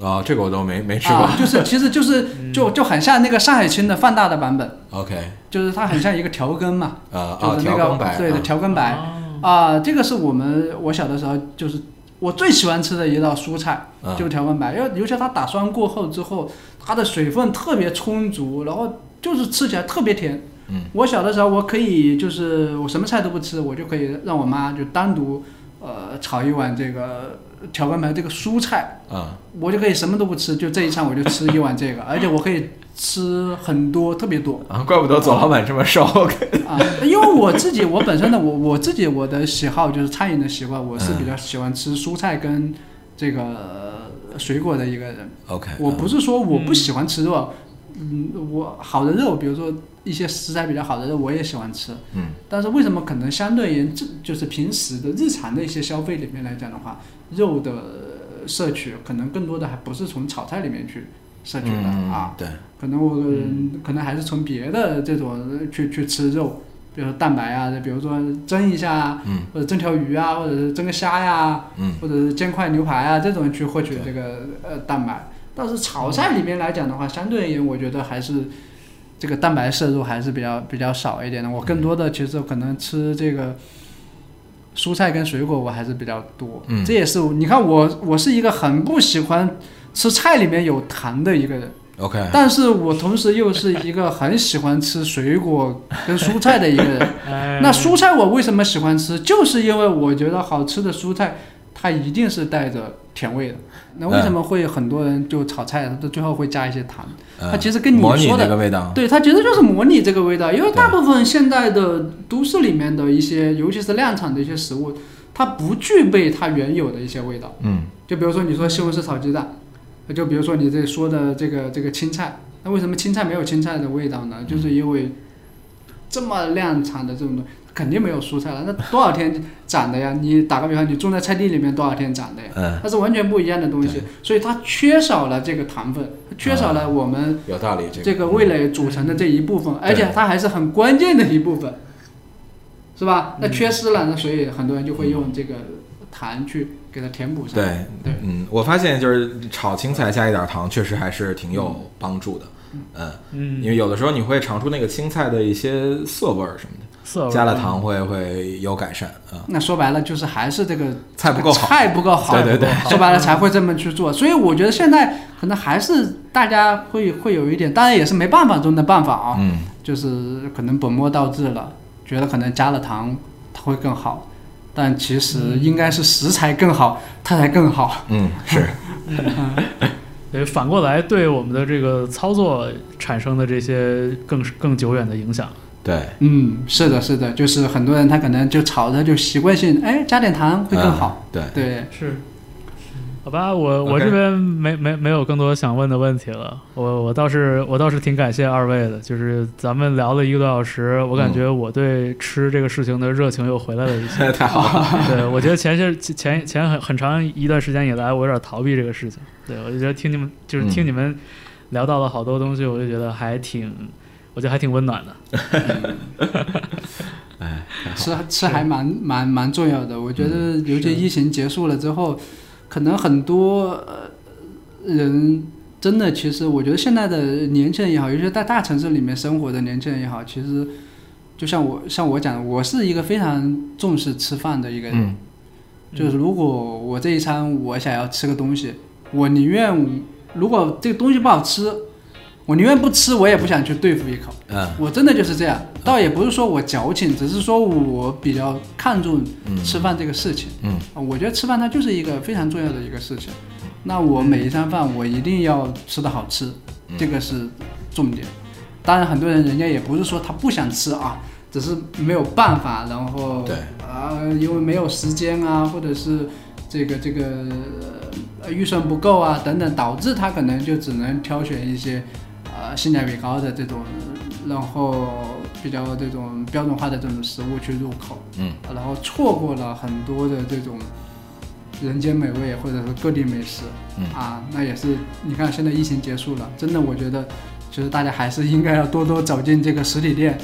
Speaker 1: 哦，这个我都没没吃过
Speaker 3: 啊，就是其实就是就就很像那个上海青的放大的版本，
Speaker 1: ，OK，
Speaker 3: 就是它很像一个条根嘛，
Speaker 1: 呃啊，
Speaker 3: 就是那
Speaker 1: 调羹
Speaker 3: 个
Speaker 1: 白，
Speaker 3: 对的
Speaker 1: 啊
Speaker 3: 条根白。
Speaker 2: 哦
Speaker 3: 啊、这个是我们我小的时候就是我最喜欢吃的一道蔬菜，
Speaker 1: 嗯
Speaker 3: 就是条纹白，因为尤其它打酸过后之后，它的水分特别充足，然后就是吃起来特别甜。
Speaker 1: 嗯，
Speaker 3: 我小的时候我可以就是我什么菜都不吃，我就可以让我妈就单独呃炒一碗这个条纹白这个蔬菜，
Speaker 1: 嗯
Speaker 3: 我就可以什么都不吃，就这一餐我就吃一碗这个，而且我可以吃很多，特别多
Speaker 1: 啊，怪不得左老板这么瘦。OK，
Speaker 3: 啊！因为我自己我本身的我我自己我的喜好就是餐饮的习惯，我是比较喜欢吃蔬菜跟这个呃水果的一个人。
Speaker 1: OK，
Speaker 3: 我不是说我不
Speaker 2: 嗯
Speaker 3: 喜欢吃肉，嗯，我好的肉，比如说一些食材比较好的肉，我也喜欢吃。
Speaker 1: 嗯
Speaker 3: 但是为什么可能相对而言，这就是平时的日常的一些消费里面来讲的话，肉的呃摄取可能更多的还不是从炒菜里面去摄取的、
Speaker 1: 嗯
Speaker 3: 啊，，
Speaker 1: 对，
Speaker 3: 可能我、可能还是从别的这种呃去去吃肉，比如说蛋白啊，比如说蒸一下啊，
Speaker 1: 嗯
Speaker 3: 或者蒸条鱼啊，或者是蒸个虾呀、
Speaker 1: 嗯
Speaker 3: 或者是煎块牛排啊这种去获取这个呃蛋白。但是炒菜里面来讲的话，相对而言，我觉得还是这个蛋白摄入还是比较比较少一点的。我更多的其实可能吃这个蔬菜跟水果，我还是比较多。
Speaker 1: 嗯
Speaker 3: 这也是我你看我我是一个很不喜欢吃菜里面有糖的一个人，
Speaker 1: ，OK，
Speaker 3: 但是我同时又是一个很喜欢吃水果跟蔬菜的一个人。
Speaker 2: 哎，
Speaker 3: 那蔬菜我为什么喜欢吃？就是因为我觉得好吃的蔬菜，它一定是带着甜味的。那为什么会很多人就炒菜，它最后会加一些糖？
Speaker 1: 嗯
Speaker 3: 它其实跟你
Speaker 1: 模拟
Speaker 3: 说的
Speaker 1: 那个味道，
Speaker 3: 对，它其实就是模拟这个味道，因为
Speaker 1: 啊对
Speaker 3: 大部分现在的都市里面的一些，尤其是量产的一些食物，它不具备它原有的一些味道。
Speaker 1: 嗯
Speaker 3: 就比如说你说西红柿炒鸡蛋，就比如说你这说的这个这个青菜，那为什么青菜没有青菜的味道
Speaker 1: 嗯
Speaker 3: 呢？就是因为这么量产的这种东西，肯定没有蔬菜了。那多少天长的呀？你打个比方，你种在菜地里面多少天长的呀？
Speaker 1: 嗯，
Speaker 3: 它是完全不一样的东西，所以它缺少了这个糖分，它缺少了我们
Speaker 1: 有道理，这
Speaker 3: 这个味蕾组成的这一部分，而且
Speaker 1: 嗯对
Speaker 3: 它还是很关键的一部分，是吧？
Speaker 1: 嗯
Speaker 3: 那缺失了，那所以很多人就会用这个糖去给它填补上。
Speaker 1: 对，
Speaker 3: 对
Speaker 1: 嗯，我发现就是炒青菜加一点糖，确实还是挺有帮助的。嗯，因
Speaker 2: 嗯，
Speaker 1: 为有的时候你会尝出那个青菜的一些涩味儿什么的，
Speaker 2: 色味
Speaker 1: 加了，糖会会有改善啊。
Speaker 3: 那说白了就是还是这个
Speaker 1: 菜不够好
Speaker 3: 菜不够好，
Speaker 1: 对对对
Speaker 3: 说白了才会这么去做。所以我觉得现在可能还是大家会会有一点，当然也是没办法中的办法啊，
Speaker 1: 嗯，
Speaker 3: 就是可能本末倒置了，觉得可能加了糖它会更好，但其实应该是食材更好，它才更好。
Speaker 1: 嗯，是，
Speaker 2: 对，反过来对我们的这个操作产生的这些更更久远的影响。
Speaker 1: 对，
Speaker 3: 嗯，是的，是的，就是很多人他可能就炒着就习惯性，哎，加点糖会更好。
Speaker 1: 嗯。对，
Speaker 3: 对，
Speaker 2: 是，好吧，我我
Speaker 1: OK
Speaker 2: 这边没没没有更多想问的问题了。我我倒是我倒是挺感谢二位的，就是咱们聊了一个多小时，我感
Speaker 1: 嗯
Speaker 2: 觉我对吃这个事情的热情又回来了一些。
Speaker 1: 太好了，
Speaker 2: 对，我觉得前些前前很很长一段时间以来，我有点逃避这个事情。对，我就觉得听你们就是听
Speaker 1: 嗯
Speaker 2: 你们聊到了好多东西，我就觉得还挺，我觉得还挺温暖的。
Speaker 1: 哎，
Speaker 3: 吃吃还蛮蛮蛮重要的。我觉得，尤其
Speaker 2: 是
Speaker 3: 疫情结束了之后，可能很多呃人真的，其实我觉得现在的年轻人也好，尤其是在大城市里面生活的年轻人也好，其实就像我像我讲的，我是一个非常重视吃饭的一个人。
Speaker 1: 嗯
Speaker 3: 就是如果我这一餐我想要吃个东西，我宁愿如果这个东西不好吃，我宁愿不吃，我也不想去对付一口。
Speaker 1: 嗯
Speaker 3: 我真的就是这样，倒也不是说我矫情，只是说我比较看重
Speaker 1: 嗯
Speaker 3: 吃饭这个事情。
Speaker 1: 嗯
Speaker 3: 啊我觉得吃饭它就是一个非常重要的一个事情。那我每一餐饭我一定要吃的好吃，这个是重点。当然，很多人人家也不是说他不想吃啊，只是没有办法，然后
Speaker 1: 对
Speaker 3: 啊、因为没有时间啊，或者是这个这个呃预算不够啊等等，导致他可能就只能挑选一些呃性价比高的这种，然后比较这种标准化的这种食物去入口。
Speaker 1: 嗯，
Speaker 3: 然后错过了很多的这种人间美味或者是各地美食、
Speaker 1: 嗯
Speaker 3: 啊，那也是你看现在疫情结束了，真的我觉得其实大家还是应该要多多走进这个实体店，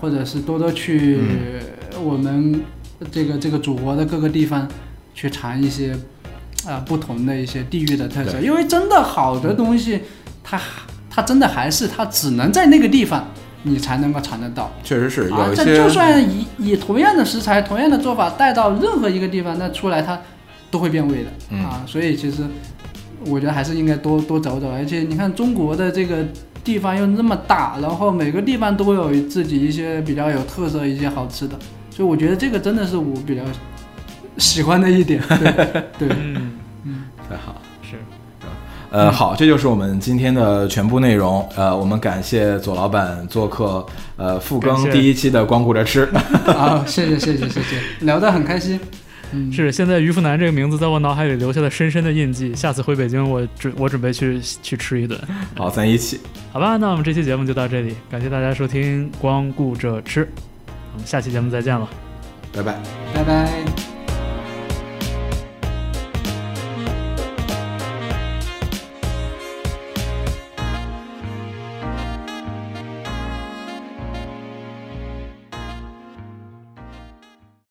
Speaker 3: 或者是多多去
Speaker 1: 嗯
Speaker 3: 我们这个这个祖国的各个地方去尝一些啊、不同的一些地域的特色，
Speaker 1: 对嗯
Speaker 3: 因为真的好的东西它它真的还是它只能在那个地方。你才能够尝得到。
Speaker 1: 确实是
Speaker 3: 啊
Speaker 1: 有，一
Speaker 3: 这
Speaker 1: 些，
Speaker 3: 就算以以同样的食材、同样的做法带到任何一个地方，那出来它都会变味的、
Speaker 1: 嗯
Speaker 3: 啊。所以其实我觉得还是应该多多走走，而且你看中国的这个地方又那么大，然后每个地方都有自己一些比较有特色、一些好吃的，所以我觉得这个真的是我比较喜欢的一点。 对对，
Speaker 2: 嗯，
Speaker 1: 太好。
Speaker 2: 是，嗯
Speaker 1: 呃，好，这就是我们今天的全部内容。呃，我们感谢左老板做客，呃，复
Speaker 2: 感
Speaker 1: 更
Speaker 2: 谢
Speaker 1: 第一期的光顾着吃。
Speaker 3: 好，啊谢谢谢谢谢谢，聊得很开心。嗯，
Speaker 2: 是现在于富南这个名字在我脑海里留下了深深的印记。下次回北京我，准我准备去去吃一顿。
Speaker 1: 好，咱一起，
Speaker 2: 好吧，那我们这期节目就到这里，感谢大家收听《光顾着吃》，我们下期节目再见了。
Speaker 1: 拜拜。
Speaker 3: 拜拜。